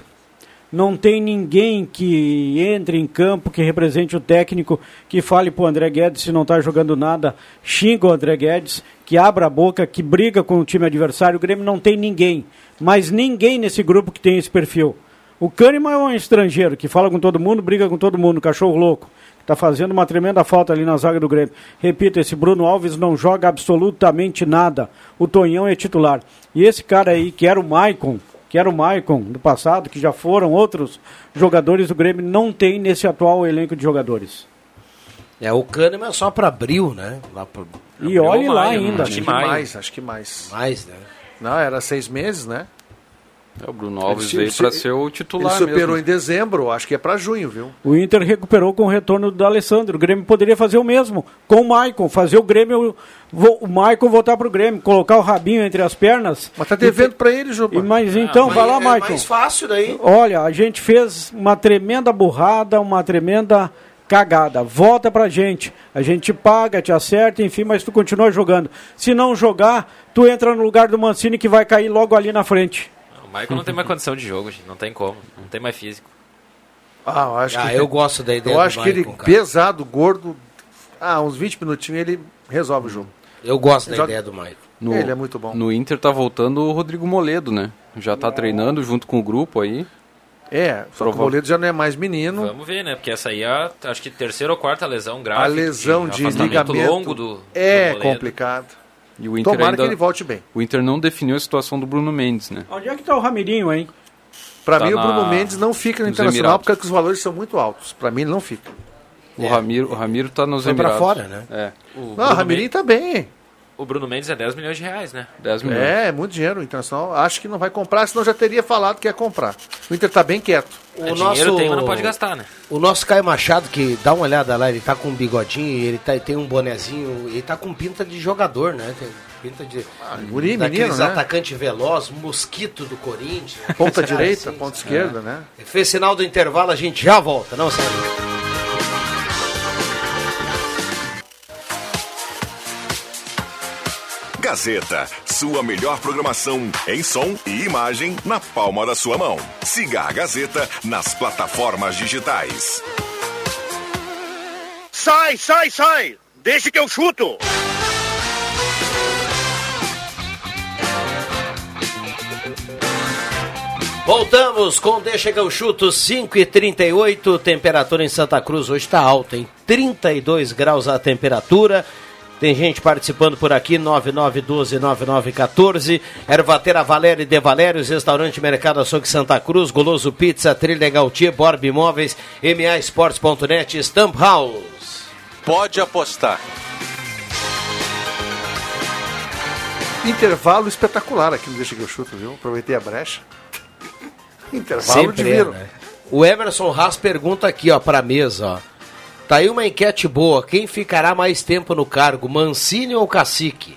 H: Não tem ninguém que entre em campo, que represente o técnico, que fale pro André Guedes se não está jogando nada, xinga o André Guedes, que abra a boca, que briga com o time adversário. O Grêmio não tem ninguém, mas ninguém nesse grupo que tem esse perfil. O Kahneman é um estrangeiro que fala com todo mundo, briga com todo mundo, cachorro louco. Está Tá fazendo uma tremenda falta ali na zaga do Grêmio. Repito, esse Bruno Alves não joga absolutamente nada. O Tonhão é titular. E esse cara aí, que era o Maicon, que era o Maicon do passado, que já foram outros jogadores do Grêmio, não tem nesse atual elenco de jogadores.
C: É, o Kahneman é só pra abril, né? Lá pro
H: E olhe lá
F: Maio,
H: ainda. né?
F: né? Que
G: Acho que
F: mais.
G: mais, acho que mais.
C: mais, né?
G: Não, Ah, era seis meses, né?
E: É, o Bruno Alves
G: se-
E: veio
G: se-
E: para ser o
G: Ele
E: titular
G: superou em
E: mesmo.
G: dezembro, acho que é pra junho, viu?
H: O Inter recuperou com o retorno do Alessandro. O Grêmio poderia fazer o mesmo com o Maicon, fazer o Grêmio, vo- o Maicon voltar pro Grêmio, colocar o rabinho entre as pernas.
G: Mas tá devendo pra ele, Juba.
H: E, mas
J: Ah,
C: Ah,
H: então, vai
J: é
H: lá, Maicon.
C: é fácil daí.
H: Olha, a gente fez uma tremenda burrada, uma tremenda cagada. Volta pra gente. A gente paga, te acerta, enfim, mas tu continua jogando. Se não jogar, tu entra no lugar do Mancini que vai cair logo ali na frente.
F: O Michael não tem mais condição de jogo, gente. Não tem como. Não tem mais físico.
G: Ah, eu acho
C: Ah,
G: que.
C: eu gosto da ideia
G: Eu
C: do
G: acho que ele,
C: Maicon, cara.
G: pesado, gordo, ah, uns 20 minutinhos ele resolve o jogo.
C: Eu gosto da
G: Joga-
C: ideia do Maicon.
G: Ele é muito bom.
E: No Inter tá voltando o Rodrigo Moledo, né? Já tá treinando junto com o grupo aí.
G: É, só que o
E: Provo-
G: Boleto já não é mais menino.
F: Vamos ver, né? Porque essa aí é, a- acho que terceira ou quarta lesão grave.
G: A lesão de
F: afastamento
G: ligamento
F: longo do,
G: é
F: do goleiro.
G: complicado.
E: E o Inter
G: Tomara
E: ainda-
G: que ele volte bem.
E: O Inter não definiu a situação do Bruno Mendes, né?
H: Onde é que tá o Ramirinho, hein?
G: Para
E: Tá
G: mim, o Bruno
E: na-
G: Mendes não fica no
E: nos
G: Internacional
E: Emirados.
G: porque é os valores são muito altos. Para mim, ele não fica.
E: O Ramiro, o Ramiro tá nos
C: Foi pra
E: Emirados.
C: fora, né?
E: É,
F: O
G: não, o
F: Bruno,
G: Ramirinho
F: Men-
G: tá bem.
F: o Bruno Mendes é 10 milhões de reais, né?
E: 10 milhões.
G: É, é muito dinheiro o Internacional. Acho que não vai comprar, senão já teria falado que ia comprar. O Inter tá bem quieto.
C: O
F: é dinheiro tem, mas não pode gastar, né?
C: O nosso Caio Machado, que dá uma olhada lá, ele tá com um bigodinho, ele tá, ele tem um bonezinho, ele tá com pinta de jogador, né? Tem pinta de.
G: guri, menino,
C: daqueles
G: né?
C: atacante veloz, mosquito do Corinthians.
G: Ponta
C: Cara,
G: direita,
C: assim,
G: ponta esquerda, né?
C: Fez sinal do intervalo, a gente já volta, não, Sérgio?
A: Gazeta, sua melhor programação em som e imagem na palma da sua mão. Siga a Gazeta nas plataformas digitais.
B: Sai, sai, sai! Deixa que eu chuto!
C: Voltamos com Deixa que eu chuto 5 e 38 temperatura em Santa Cruz hoje está alta, hein? 32 graus a temperatura. Tem gente participando por aqui, 9912-9914. Ervatera Valério e De Valérios, Restaurante Mercado Açougue Santa Cruz, Goloso Pizza, Trilha Gautier, Borb Imóveis, MA Esportes.net, Stamp House.
I: Pode apostar.
G: Intervalo espetacular aqui no Deixa que eu chuto, viu? Aproveitei a brecha. Intervalo
C: Sempre é,
G: divino.
C: né? O Emerson Haas pergunta aqui, ó, pra mesa, ó. Tá aí uma enquete boa. Quem ficará mais tempo no cargo, Mancini ou Cacique?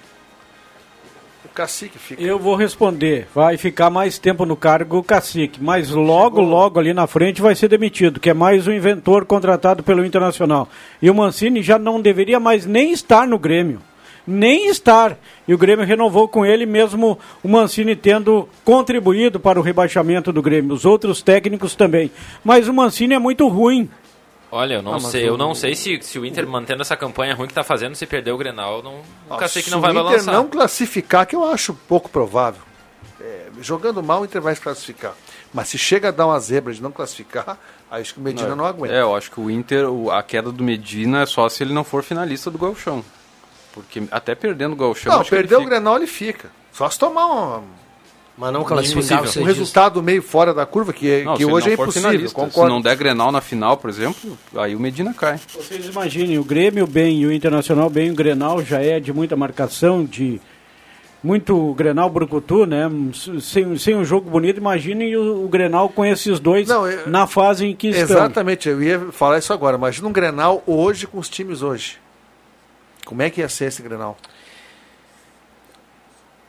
G: O cacique fica.
H: Eu vou responder. Vai ficar mais tempo no cargo o cacique, mas logo, logo ali na frente vai ser demitido, que é mais um inventor contratado pelo Internacional. E o Mancini já não deveria mais nem estar no Grêmio. Nem estar. E o Grêmio renovou com ele, mesmo o Mancini tendo contribuído para o rebaixamento do Grêmio. Os outros técnicos também. Mas o Mancini é muito ruim.
F: Olha,
G: Ah,
F: eu não sei, eu não sei se, se o Inter mantendo essa campanha ruim que tá fazendo, se perder o Grenal, não, nunca sei que não vai
G: Se o Inter
F: balançar.
G: não classificar, que eu acho pouco provável. É, jogando mal, o Inter vai se classificar. Mas se chega a dar uma zebra de não classificar, aí acho que o Medina não, aguenta.
E: É, eu acho que o Inter, o- a queda do Medina é só se ele não for finalista do Galchão. Porque até perdendo o Galchão.
G: não,
E: acho que ele
G: perder o
E: fica.
G: Grenal ele fica. Só se tomar um, um
C: Mas não classificar, você diz.
G: resultado meio fora da curva, que,
E: Não,
G: que
E: se ele
G: hoje
E: não
G: é
E: for
G: impossível.
E: finalista. Se
G: Concordo.
E: não der Grenal na final, por exemplo, aí o Medina cai.
H: Vocês imaginem, o Grêmio bem e o Internacional bem, o Grenal já é de muita marcação, de muito Grenal Brucutu, né? Sem, sem um jogo bonito, imaginem o, o Grenal com esses dois
G: Não, é- eu-
H: na fase em que estão.
G: Exatamente, eu ia falar isso agora. Imagina um Grenal hoje com os times hoje. Como é que ia ser esse Grenal?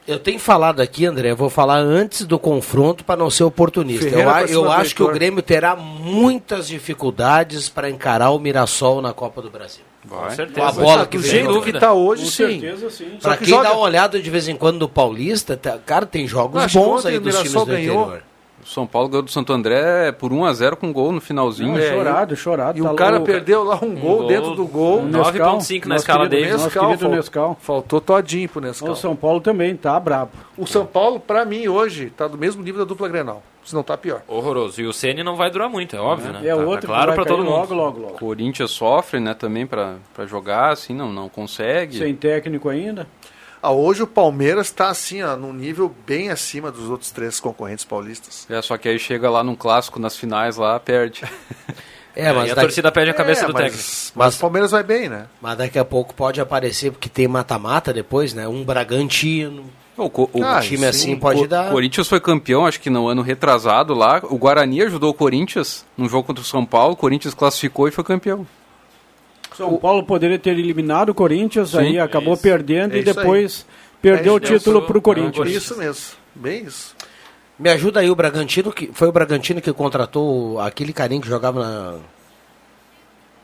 C: Eu tenho falado aqui, André, eu vou falar antes do confronto para não ser oportunista.
G: Ferreira tá
C: eu a-
G: pra cima
C: eu
G: do
C: acho que o
G: Heitor.
C: Grêmio terá muitas dificuldades para encarar o Mirassol na Copa do Brasil.
E: Vai.
C: Com a
F: certeza.
C: bola que
G: do
C: vem.
G: jeito que
F: dúvida.
G: está hoje,
H: Com
G: sim.
H: certeza, sim.
G: Só
C: Pra
G: que
C: quem
G: joga-
C: dá uma olhada de vez em quando no Paulista, tá- cara, tem jogos
G: Acho que
C: bons
G: ontem
C: aí
G: o
C: dos times
G: Mirassol
C: do
G: ganhou.
C: interior.
E: O São Paulo ganhou do Santo André por 1x0 com gol no finalzinho.
H: Não,
G: É,
H: chorado, chorado.
G: E
H: tá
G: o cara
H: louco.
G: perdeu lá um, gol, dentro do gol.
H: Nescau,
F: 9.5 na
H: nosso
F: escala
H: querido
F: dele.
H: Nescau, Nosso querido
G: fal-
H: Nescau.
G: Faltou todinho pro Nescau.
H: O São Paulo também tá brabo.
G: O São Paulo, pra mim, hoje, tá do mesmo nível da dupla Grenal. Se não tá pior.
F: Horroroso. E o Ceni não vai durar muito, é óbvio,
E: Ah,
F: né?
H: é
F: Tá- tá
H: outro
F: claro
H: que
F: pra
H: vai
F: todo
H: cair
F: mundo.
H: logo, logo,
E: O
H: logo.
E: Corinthians sofre, né, também pra, pra jogar, assim, não, não consegue.
H: Sem técnico ainda.
G: Ah, hoje o Palmeiras tá assim, ó, num nível bem acima dos outros três concorrentes paulistas.
E: É, só que aí chega lá num clássico, nas finais lá, perde.
C: É, mas
F: e a
C: daqui-
F: torcida perde a cabeça
G: É,
F: do
G: mas,
F: técnico.
G: Mas, o Palmeiras vai bem, né?
C: Mas daqui a pouco pode aparecer, porque tem mata-mata depois, né? Um Bragantino.
E: O, co- o-
G: Ah,
E: o
C: time
G: sim,
C: assim pode
E: co-
C: dar.
E: Corinthians foi campeão, acho que no ano retrasado lá. O Guarani ajudou o Corinthians num jogo contra o São Paulo. O Corinthians classificou e foi campeão.
H: São Paulo poderia ter eliminado o Corinthians,
E: Sim.
H: aí acabou perdendo
G: É
H: e
G: isso aí.
H: depois perdeu o
G: É isso,
H: título
F: deu
H: para o
F: pro-
H: Corinthians.
G: Isso mesmo. Bem isso.
C: Me ajuda aí o Bragantino, que foi o Bragantino que contratou aquele carinha que jogava na.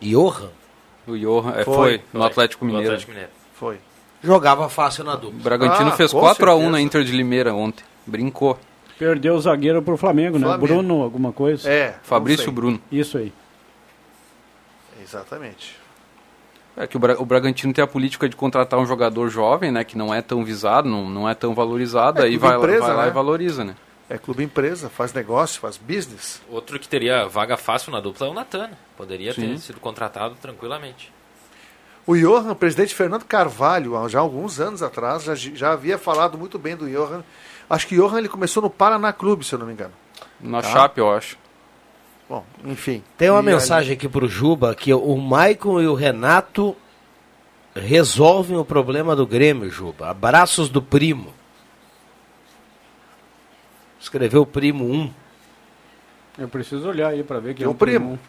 C: Johan?
E: O Johan, é, foi, no Atlético Mineiro.
F: Atlético Mineiro.
G: Foi.
C: Jogava fácil na dupla.
E: O Bragantino
G: Ah,
E: fez
G: com
E: 4x1
G: certeza.
F: né?
E: na Inter de Limeira ontem. Brincou.
H: Perdeu o zagueiro para o Flamengo, né?
G: Flamengo.
H: Bruno, alguma coisa.
G: É.
E: Fabrício
G: não
E: Bruno.
H: Isso aí.
G: sei. Exatamente.
E: É que o, Bra- o Bragantino tem a política de contratar um jogador jovem, né? Que não é tão visado, não, não é tão valorizado.
G: É,
E: aí
G: tudo
E: vai, lá-
G: empresa,
E: vai lá
G: né?
E: e valoriza, né?
G: É clube empresa, faz negócio, faz business.
F: Outro que teria vaga fácil na dupla é o Natan. né? Poderia ter sido contratado tranquilamente.
G: O Johan, o presidente Fernando Carvalho, há já alguns anos atrás, já, já havia falado muito bem do Johan. Acho que Johan ele começou no Paraná Clube, se eu não me engano.
E: Na
G: Tá.
E: Chape, eu acho.
G: Bom, enfim.
C: Tem uma
G: E
C: mensagem aqui pro Juba que o Maicon e o Renato resolvem o problema do Grêmio, Juba. Abraços do primo. Escreveu o primo 1.
H: Eu preciso olhar aí para ver que
G: Tem
H: é
G: um primo.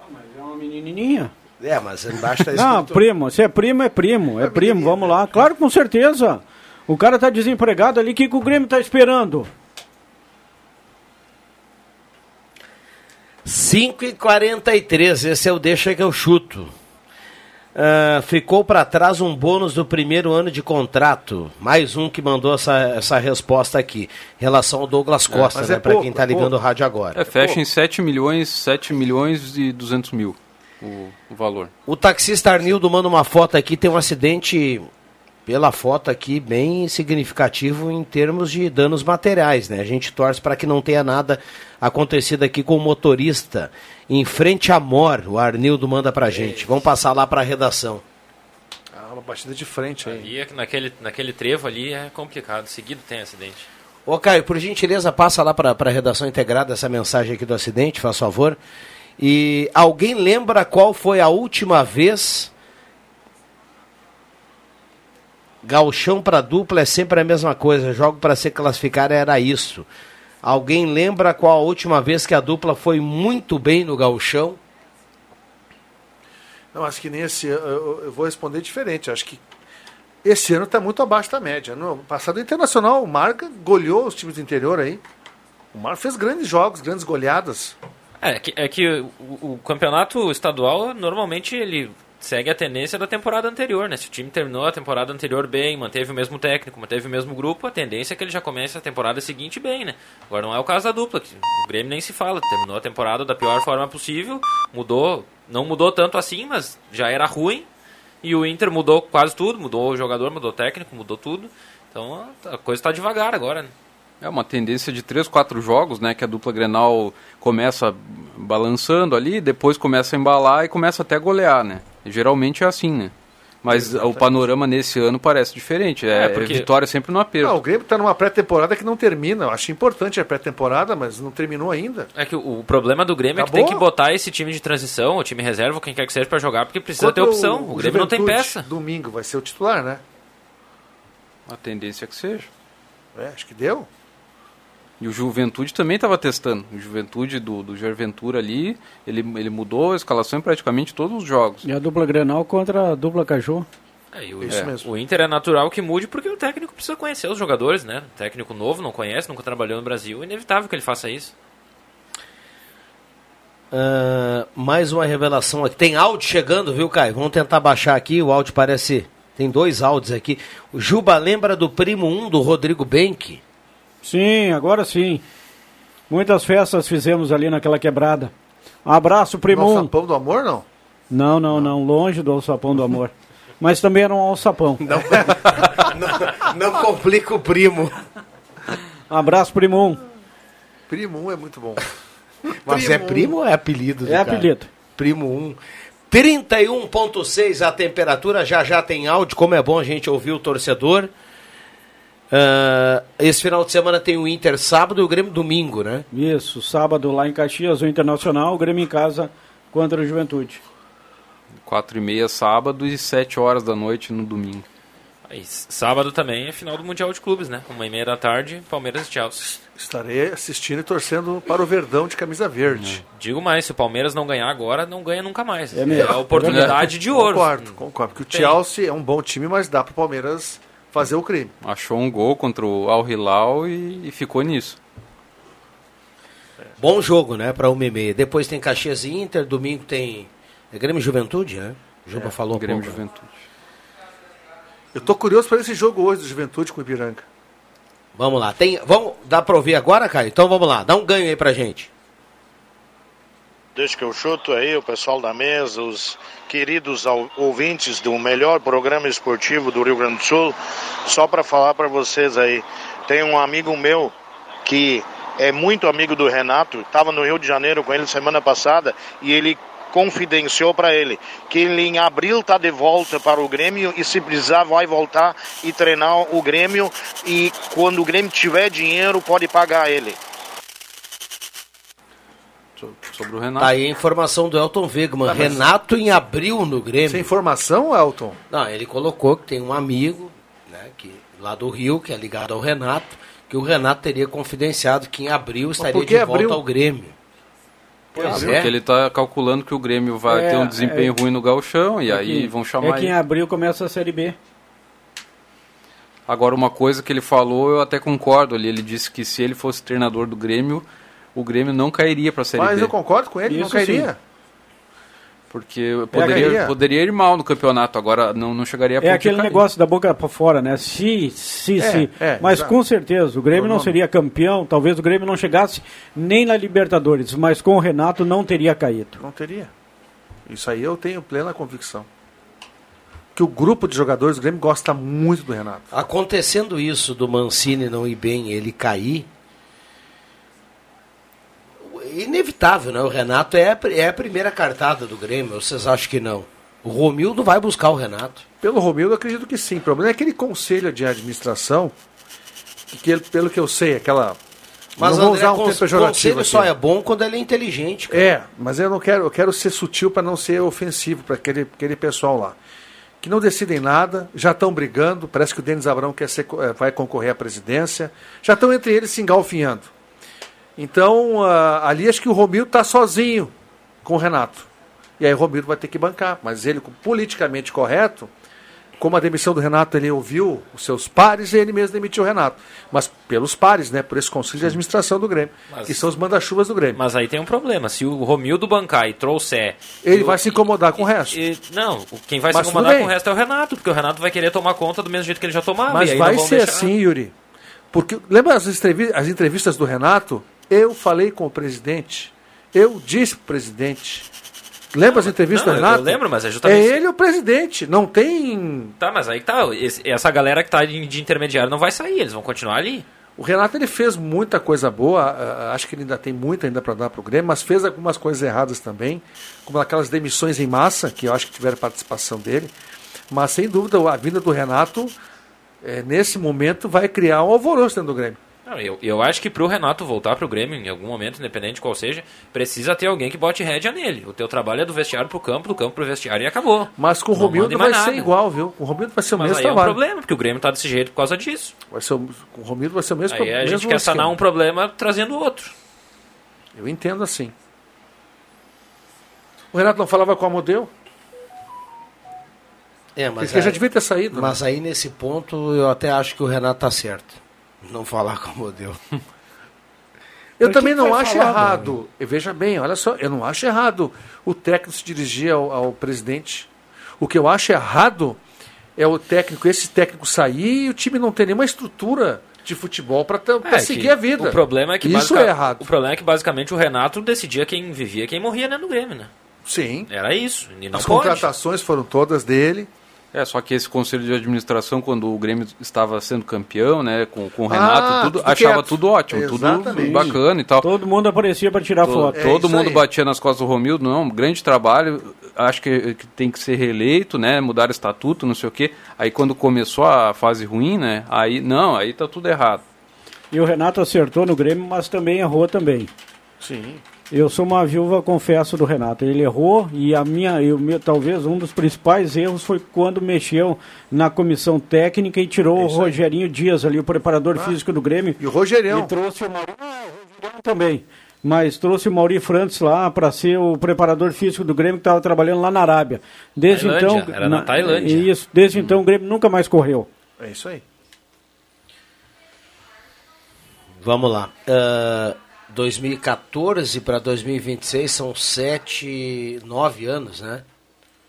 H: Ah, mas é uma menininha.
C: É, mas embaixo tá
H: Não, primo. Se é primo, é primo. É primo, vamos lá. Claro, com certeza. O cara tá desempregado ali. O que, que o Grêmio tá esperando?
C: 5 e 43 esse é o Deixa que eu chuto. Ah, ficou para trás um bônus do primeiro ano de contrato. Mais um que mandou essa, essa resposta aqui. Em relação ao Douglas Costa,
G: mas
C: né?
G: é
C: para
G: pouco,
C: quem está
G: é
C: ligando
G: pouco.
C: o rádio agora.
E: É, fecha em 7 milhões, 7 milhões e 200 mil o, o valor.
C: O taxista Arnildo manda uma foto aqui, tem um acidente, pela foto aqui, bem significativo em termos de danos materiais, né? A gente torce para que não tenha nada acontecido aqui com o motorista. Em frente a Mor, o Arnildo manda pra gente. Vamos passar lá pra redação.
G: Ah, uma batida de frente aí.
F: Ali, é que naquele, naquele trevo ali é complicado, seguido tem acidente.
C: Ô Caio, por gentileza, passa lá para a redação integrada essa mensagem aqui do acidente, faz favor. E alguém lembra qual foi a última vez? Galchão para dupla é sempre a mesma coisa, jogo para se classificar era isso. Alguém lembra qual a última vez que a dupla foi muito bem no galchão?
G: Não, acho que nem esse ano. Eu, eu vou responder diferente. Acho que esse ano está muito abaixo da média. No passado o internacional, o Marca goleou os times do interior aí. O Marca fez grandes jogos, grandes goleadas.
F: É que, é que o, o campeonato estadual normalmente ele segue a tendência da temporada anterior, né? Se o time terminou a temporada anterior bem, manteve o mesmo técnico, manteve o mesmo grupo, a tendência é que ele já comece a temporada seguinte bem, né? Agora não é o caso da dupla, que o Grêmio nem se fala, terminou a temporada da pior forma possível, mudou, não mudou tanto assim, mas já era ruim. E o Inter mudou quase tudo, mudou o jogador, mudou o técnico, mudou tudo. Então a coisa está devagar agora, né?
E: É uma tendência de três, quatro jogos, né? Que a dupla Grenal começa balançando ali, depois começa a embalar e começa até a golear, né? E geralmente é assim, né? Mas o panorama nesse ano parece diferente. É,
F: É, porque-
E: é vitória sempre no aperto.
G: Ah, o Grêmio está numa pré-temporada que não termina. Eu acho importante a pré-temporada, mas não terminou ainda.
F: É que o o problema do Grêmio é que
G: Acabou?
F: tem que botar esse time de transição, o time reserva, ou quem quer que seja, pra jogar, porque precisa
G: Contra
F: ter opção. O, Grêmio não tem
G: Juventude,
F: peça.
G: Domingo vai ser o titular, né?
E: A tendência é que seja.
G: É, acho que deu.
E: E o Juventude também estava testando. O Juventude do, do Jair Ventura ali, ele, ele mudou a escalação em praticamente todos os jogos.
H: E a dupla Grenal contra a dupla Caju.
F: É, e o,
G: Isso
F: é,
G: mesmo.
F: o Inter é natural que mude porque o técnico precisa conhecer os jogadores, né? O técnico novo não conhece, nunca trabalhou no Brasil, é inevitável que ele faça isso.
C: Ah, mais uma revelação aqui. Tem áudio chegando, viu, Caio? Vamos tentar baixar aqui. O áudio parece. Tem dois áudios aqui. O Juba lembra do primo 1 do Rodrigo Benck.
H: Sim, agora sim. Muitas festas fizemos ali naquela quebrada. Abraço,
G: Nosso
H: primum.
G: sapão do amor, não?
H: Não, não, não. Longe do alçapão do amor. Mas também era um alçapão. Ah,
C: Não complica o primo.
H: Abraço, primum.
G: Primo 1 é muito bom.
C: Mas é primo ou é apelido? do
H: um. É
C: cara?
H: apelido.
C: Primo 1. 31,6 a temperatura, já já tem áudio, como é bom a gente ouvir o torcedor. Ah, esse final de semana tem o Inter sábado e o Grêmio domingo, né?
H: Isso, sábado lá em Caxias, o Internacional, o Grêmio em casa contra o Juventude.
E: Quatro e meia sábado e sete horas da noite no domingo.
F: Aí, s- sábado também é final do Mundial de Clubes, né? Uma e meia da tarde, Palmeiras e Chelsea.
G: Estarei assistindo e torcendo para o Verdão de camisa verde.
F: Digo mais, se o Palmeiras não ganhar agora, não ganha nunca mais.
H: É
F: É,
H: mesmo. É
F: a oportunidade de ouro.
G: Concordo, concordo. Porque o Chelsea é um bom time, mas dá para o Palmeiras fazer o crime.
E: Achou um gol contra o Al Hilal e, e ficou nisso.
C: Bom jogo, né? Pra uma e meia. Depois tem Caxias e Inter, domingo tem. É Grêmio e Juventude, né? O Juba falou um
E: É, Grêmio
C: pouco.
E: Juventude.
G: Eu tô curioso para esse jogo hoje do Juventude com o Ipiranga.
C: Vamos lá. Tem... Vamos... Dá pra ouvir agora, Caio? Então vamos lá. Dá um ganho aí pra gente.
B: Desde que eu chuto aí, o pessoal da mesa, os queridos au- ouvintes do melhor programa esportivo do Rio Grande do Sul, só para falar para vocês aí, tem um amigo meu que é muito amigo do Renato, estava no Rio de Janeiro com ele semana passada e ele confidenciou para ele que ele em abril tá de volta para o Grêmio e se precisar vai voltar e treinar o Grêmio e quando o Grêmio tiver dinheiro pode pagar ele.
E: So- Sobre o Renato.
C: Tá aí a informação do Elton Wegman. Renato em abril no Grêmio.
G: Tá, Sem informação, Elton?
C: Não, ele colocou que tem um amigo, né, que, lá do Rio, que é ligado ao Renato, que o Renato teria confidenciado que em abril estaria
G: por que
C: de volta
G: abril?
C: ao Grêmio. Pois
E: Porque
C: é.
E: ele tá calculando que o Grêmio vai
H: Ah, É,
E: ter um desempenho ruim no Galchão e aí
H: que-
E: vão chamar
H: É que em
E: ele.
H: abril começa a Série B.
E: Agora, uma coisa que ele falou, eu até concordo ali. Ele disse que se ele fosse treinador do Grêmio, o Grêmio não cairia para a Série
G: Mas
E: B.
G: eu concordo com ele, não
H: Isso
G: cairia.
E: Porque eu poderia,
G: Pegaria.
E: poderia ir mal no campeonato, agora não, não chegaria a
H: É
E: ponto de
H: aquele
E: cair.
H: negócio da boca pra fora, né? Se, se,
G: É,
H: se.
G: é,
H: mas
G: exato.
H: com certeza, o Grêmio não seria campeão, talvez o Grêmio não chegasse nem na Libertadores, mas com o Renato não teria caído.
G: Não teria. Isso aí eu tenho plena convicção. Que o grupo de jogadores do Grêmio gosta muito do Renato.
C: Acontecendo isso do Mancini não ir bem, ele cair. Inevitável, né? O Renato é, a pri- é a primeira cartada do Grêmio, ou vocês acham que não? O Romildo vai buscar o Renato.
G: Pelo Romildo, eu acredito que sim. O problema é aquele conselho de administração, que, que ele- pelo que eu sei, aquela.
C: Mas
G: não vou
C: André,
G: usar um
C: con-
G: tempo pejorativo.
C: conselho só
G: aqui.
C: é bom quando ele é inteligente. cara.
G: É, mas eu não quero, eu quero ser sutil para não ser ofensivo para aquele, aquele pessoal lá. Que não decidem nada, já estão brigando, parece que o Denis Abrão quer ser, co- eh, vai concorrer à presidência, já estão entre eles se engalfinhando. Então, ah, ali acho que o Romildo está sozinho com o Renato. E aí o Romildo vai ter que bancar, mas ele, com- politicamente correto, como a demissão do Renato, ele ouviu os seus pares e ele mesmo demitiu o Renato. Mas pelos pares, né? Por esse conselho de administração do Grêmio,
F: Mas-
G: que são os manda-chuvas do Grêmio.
F: Mas aí tem um problema. Se o Romildo bancar e trouxer.
G: Ele
F: o-
G: vai se incomodar com o resto.
F: e- não, o- quem vai
G: Mas
F: se
G: tudo
F: incomodar
G: bem.
F: com o resto é o Renato, porque o Renato vai querer tomar conta do mesmo jeito que ele já tomava.
G: Mas
F: e aí
G: vai
F: não Ah, vão
G: ser
F: deixar.
G: assim, Yuri. Porque lembra as entrevistas, as entrevistas do Renato? Eu falei com o presidente. Eu disse pro presidente. Lembra as entrevistas
F: não,
G: do
F: eu-
G: Renato?
F: eu lembro, mas é
G: É
F: justamente-
G: ele o presidente. Não tem.
F: Tá, mas aí que tá. esse- essa galera que tá de de intermediário não vai sair, eles vão continuar ali.
G: O Renato ele fez muita coisa boa. ah, Acho que ele ainda tem muito ainda para dar para o Grêmio, mas fez algumas coisas erradas também, como aquelas demissões em massa que eu acho que tiveram participação dele. Mas sem dúvida a vinda do Renato eh, nesse momento vai criar um alvoroço dentro do Grêmio.
F: Não, eu, eu acho que pro Renato voltar pro Grêmio em algum momento, independente de qual seja, precisa ter alguém que bote rédea nele. O teu trabalho é do vestiário pro campo, do campo pro vestiário e acabou.
G: Mas com o
F: Não manda
G: Romildo
F: em mais
G: vai ser
F: nada.
G: igual, viu? Com o Romildo vai ser o
F: Mas
G: mesmo
F: aí é um
G: trabalho.
F: problema, porque o Grêmio tá desse jeito por causa disso.
G: vai ser o, com o Romildo vai ser o mesmo
F: Aí a
G: mesmo
F: gente quer sanar um
G: esquema.
F: problema trazendo outro.
G: Eu entendo assim. O Renato não falava com a Modelo?
C: É, mas,
G: Porque já
C: aí-
G: devia ter saído. né?
C: mas aí nesse ponto eu até acho que o Renato tá certo. Não falar com o modelo.
G: Eu também não acho errado. E veja bem, olha só, eu não acho errado o técnico se dirigir ao, ao presidente. O que eu acho errado é o técnico, esse técnico sair e o time não ter nenhuma estrutura de futebol para
F: É,
G: seguir
F: que
G: a vida.
F: O problema é que
G: isso
F: basica-
G: é errado.
F: O problema é que basicamente o Renato decidia quem vivia e quem morria né, no Grêmio, né?
G: Sim.
F: Era isso. E não
G: As
F: pode.
G: contratações foram todas dele.
E: É, só que esse conselho de administração, quando o Grêmio estava sendo campeão, né, com, com o Renato,
G: Ah,
E: tudo,
G: tudo
E: achava
G: quieto.
E: tudo ótimo,
G: Exatamente.
E: tudo bacana e tal.
H: Todo mundo aparecia para tirar
E: Todo,
H: foto.
G: É
E: todo
G: isso
E: mundo
G: aí.
E: batia nas costas do Romildo, não, um grande trabalho, acho que, que tem que ser reeleito, né, mudar o estatuto, não sei o quê. Aí quando começou a fase ruim, né, aí, não, aí tá tudo errado.
H: E o Renato acertou no Grêmio, mas também errou também.
G: Sim.
H: Eu sou uma viúva, confesso, do Renato. Ele errou e a minha, eu, meu, talvez um dos principais erros foi quando mexeu na comissão técnica e tirou o Rogerinho Dias ali, o preparador
F: Ah.
H: físico do Grêmio.
G: E o Rogerião.
H: E trouxe o Mauri, ah, o Rogerião também. Mas trouxe o Mauri Frantz lá para ser o preparador físico do Grêmio que estava trabalhando lá na Arábia. Desde
F: Tailândia,
H: então,
F: era na Tailândia. Hum.
H: Isso, desde então o Grêmio nunca mais correu.
G: É isso aí.
C: Vamos lá. Ah, 2014 para 2026 são sete, nove anos, né?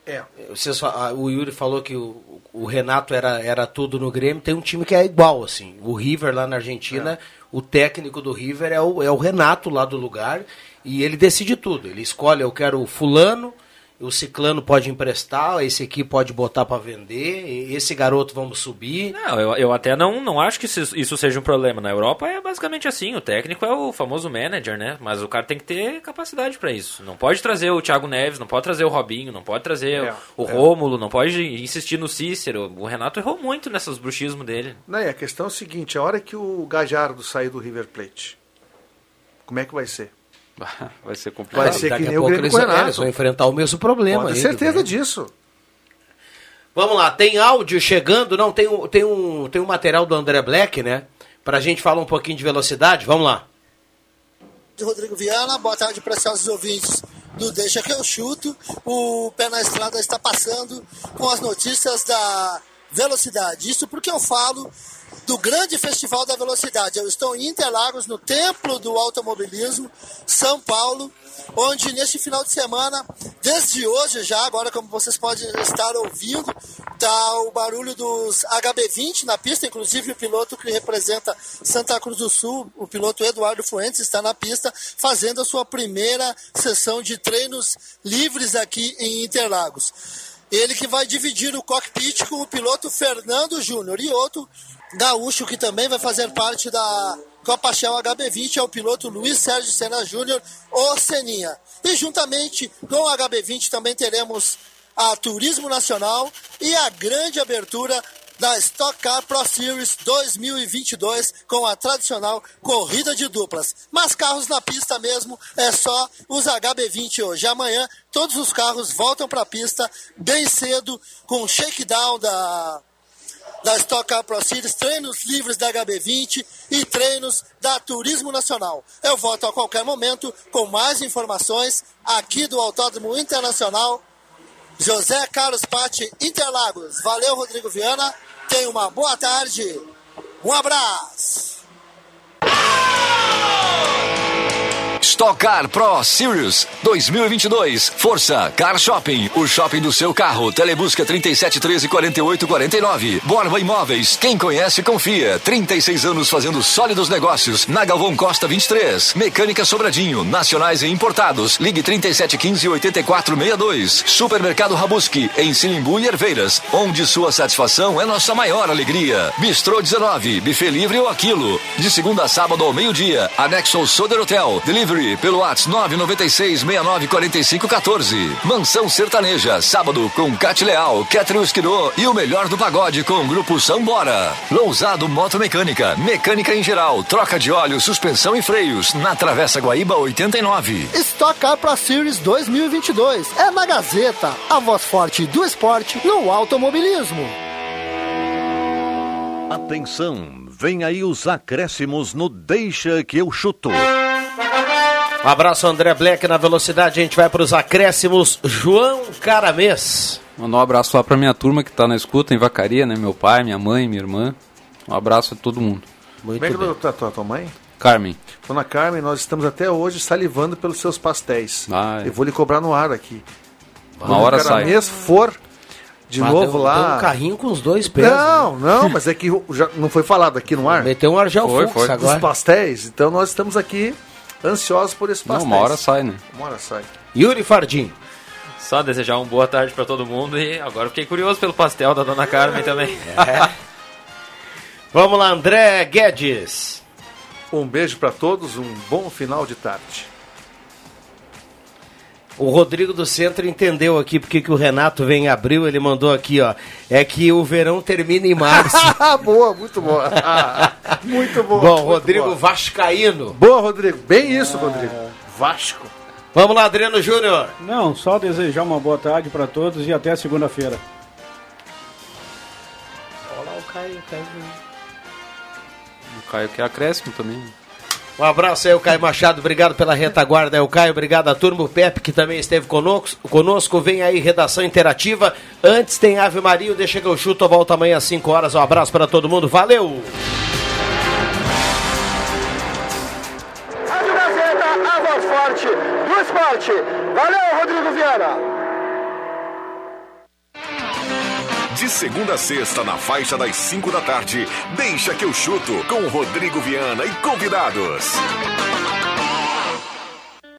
G: É.
C: Vocês fa- ah, o Yuri falou que o, o Renato era, era tudo no Grêmio. Tem um time que é igual, assim. O River lá na Argentina, o técnico do River é o, é o Renato lá do lugar. E ele decide tudo. Ele escolhe, eu quero o fulano, o ciclano pode emprestar, esse aqui pode botar para vender, e- esse garoto vamos subir.
F: Não, eu, eu até não, não acho que isso, isso seja um problema. Na Europa é basicamente assim, o técnico é o famoso manager, né? Mas o cara tem que ter capacidade pra isso. Não pode trazer o Thiago Neves, não pode trazer o Robinho, não pode trazer
G: É,
F: o, o
G: é.
F: Rômulo, não pode insistir no Cícero. O Renato errou muito nesses bruxismos dele.
G: Não, e a questão é a seguinte, a hora que o Gajardo sair do River Plate, como é que vai ser?
E: Vai ser complicado.
G: Vai ser
C: Daqui
G: que
C: a
G: nem o
C: pouco
G: Grêmio
C: eles,
G: com o Renato.
C: eles vão enfrentar o mesmo problema.
G: Pode ter
C: aí,
G: certeza
C: né?
G: disso.
C: Vamos lá, tem áudio chegando, não, tem, um- tem, um, tem um material do André Black, né? Pra gente falar um pouquinho de velocidade, vamos lá.
J: de Rodrigo Viana, boa tarde, preciosos ouvintes do Deixa que eu chuto. O Pé na Estrada está passando com as notícias da velocidade. Isso porque eu falo do grande festival da velocidade. Eu estou em Interlagos, no Templo do Automobilismo, São Paulo, onde neste final de semana, desde hoje já, agora como vocês podem estar ouvindo, tá o barulho dos HB20 na pista, inclusive o piloto que representa Santa Cruz do Sul, o piloto Eduardo Fuentes, está na pista fazendo a sua primeira sessão de treinos livres aqui em Interlagos. Ele que vai dividir o cockpit com o piloto Fernando Júnior e outro gaúcho que também vai fazer parte da Copa Shell HB20 é o piloto Luiz Sérgio Senna Júnior, o Seninha. E juntamente com o HB20 também teremos a Turismo Nacional e a grande abertura da Stock Car Pro Series 2022 com a tradicional corrida de duplas. Mas carros na pista mesmo é só os HB20 hoje. Amanhã todos os carros voltam para a pista bem cedo com o shakedown da da Stock Car Pro Series, treinos livres da HB20 e treinos da Turismo Nacional. Eu volto a qualquer momento com mais informações aqui do Autódromo Internacional. José Carlos Patti, Interlagos. Valeu, Rodrigo Viana. Tenha uma boa tarde. Um abraço.
K: Stock Car Pro Sirius 2022. Força Car Shopping, o shopping do seu carro. Telebusca 37 13 48 49. Borba Imóveis, quem conhece confia. 36 anos fazendo sólidos negócios. Na Galvão Costa 23. Mecânica Sobradinho, nacionais e importados. Ligue 37 15 84 62. Supermercado Rabuski, em Sinimbu e Herveiras, onde sua satisfação é nossa maior alegria. Bistrô 19, buffet livre ou aquilo. De segunda a sábado ao meio-dia, anexo ao Soder Hotel. Delivery pelo WhatsApp 996 694514. Mansão Sertaneja, sábado com Cat Leal, Catherine Esquinô e o melhor do pagode com o grupo Sambora. Lousado Motomecânica, mecânica em geral, troca de óleo, suspensão e freios, na Travessa Guaíba 89.
J: Stock Car Pro Series 2022 é na Gazeta, a voz forte do esporte no automobilismo.
L: Atenção, vem aí os acréscimos no Deixa que eu chuto.
C: Um abraço, André Black. Na velocidade, a gente vai para os acréscimos. João Caramês.
E: Mandar um abraço lá pra minha turma que tá na escuta em Vacaria, né? Meu pai, minha mãe, minha irmã. Um abraço a todo mundo.
G: Como é que tá tua, tua mãe?
E: Carmen.
G: Dona Carmen, nós estamos até hoje salivando pelos seus pastéis.
E: Ah, é.
G: Eu vou lhe cobrar no ar aqui.
E: Uma
G: Quando
E: hora
G: o cara
E: sai.
G: mesmo for de
C: Mas
G: novo
C: deu-
G: lá.
C: deu um carrinho com os dois pés.
G: Não, não, mas é que já não foi falado aqui no ar.
C: Meteu um Argel
E: Foi,
C: Fux
E: foi.
G: Dos
C: agora.
G: pastéis, então nós estamos aqui ansiosos por esse
E: Não,
G: pastéis.
E: uma hora sai, né?
G: Uma hora sai.
C: Yuri Fardim.
F: Só desejar uma boa tarde pra todo mundo e agora fiquei curioso pelo pastel da Dona Carmen também.
C: Vamos lá, André Guedes.
G: Um beijo para todos, um bom final de tarde.
C: O Rodrigo do Centro entendeu aqui porque que o Renato vem em abril, ele mandou aqui, ó. É que o verão termina em março.
G: Ah, boa, muito boa. Ah, muito boa.
C: Bom,
G: muito
C: Rodrigo
G: Boa.
C: Vascaíno.
G: Boa, Rodrigo. Bem isso, Rodrigo. Vasco.
C: Vamos lá, Adriano Júnior.
H: Não, só desejar uma boa tarde para todos e até segunda-feira.
E: O Caio que é acréscimo também.
C: Um abraço aí, o Caio Machado. Obrigado pela retaguarda, é o Caio. Obrigado à turma. O Pepe, que também esteve conosco. conosco. Vem aí, redação interativa. Antes tem Ave Maria. o Deixa que eu chuto. Volta amanhã às 5 horas. Um abraço para todo mundo. Valeu!
J: Rádio Gazeta, É a voz forte do esporte. Valeu, Rodrigo Viana.
A: De segunda a sexta, na faixa das 5 da tarde, deixa que eu chuto com Rodrigo Viana e convidados.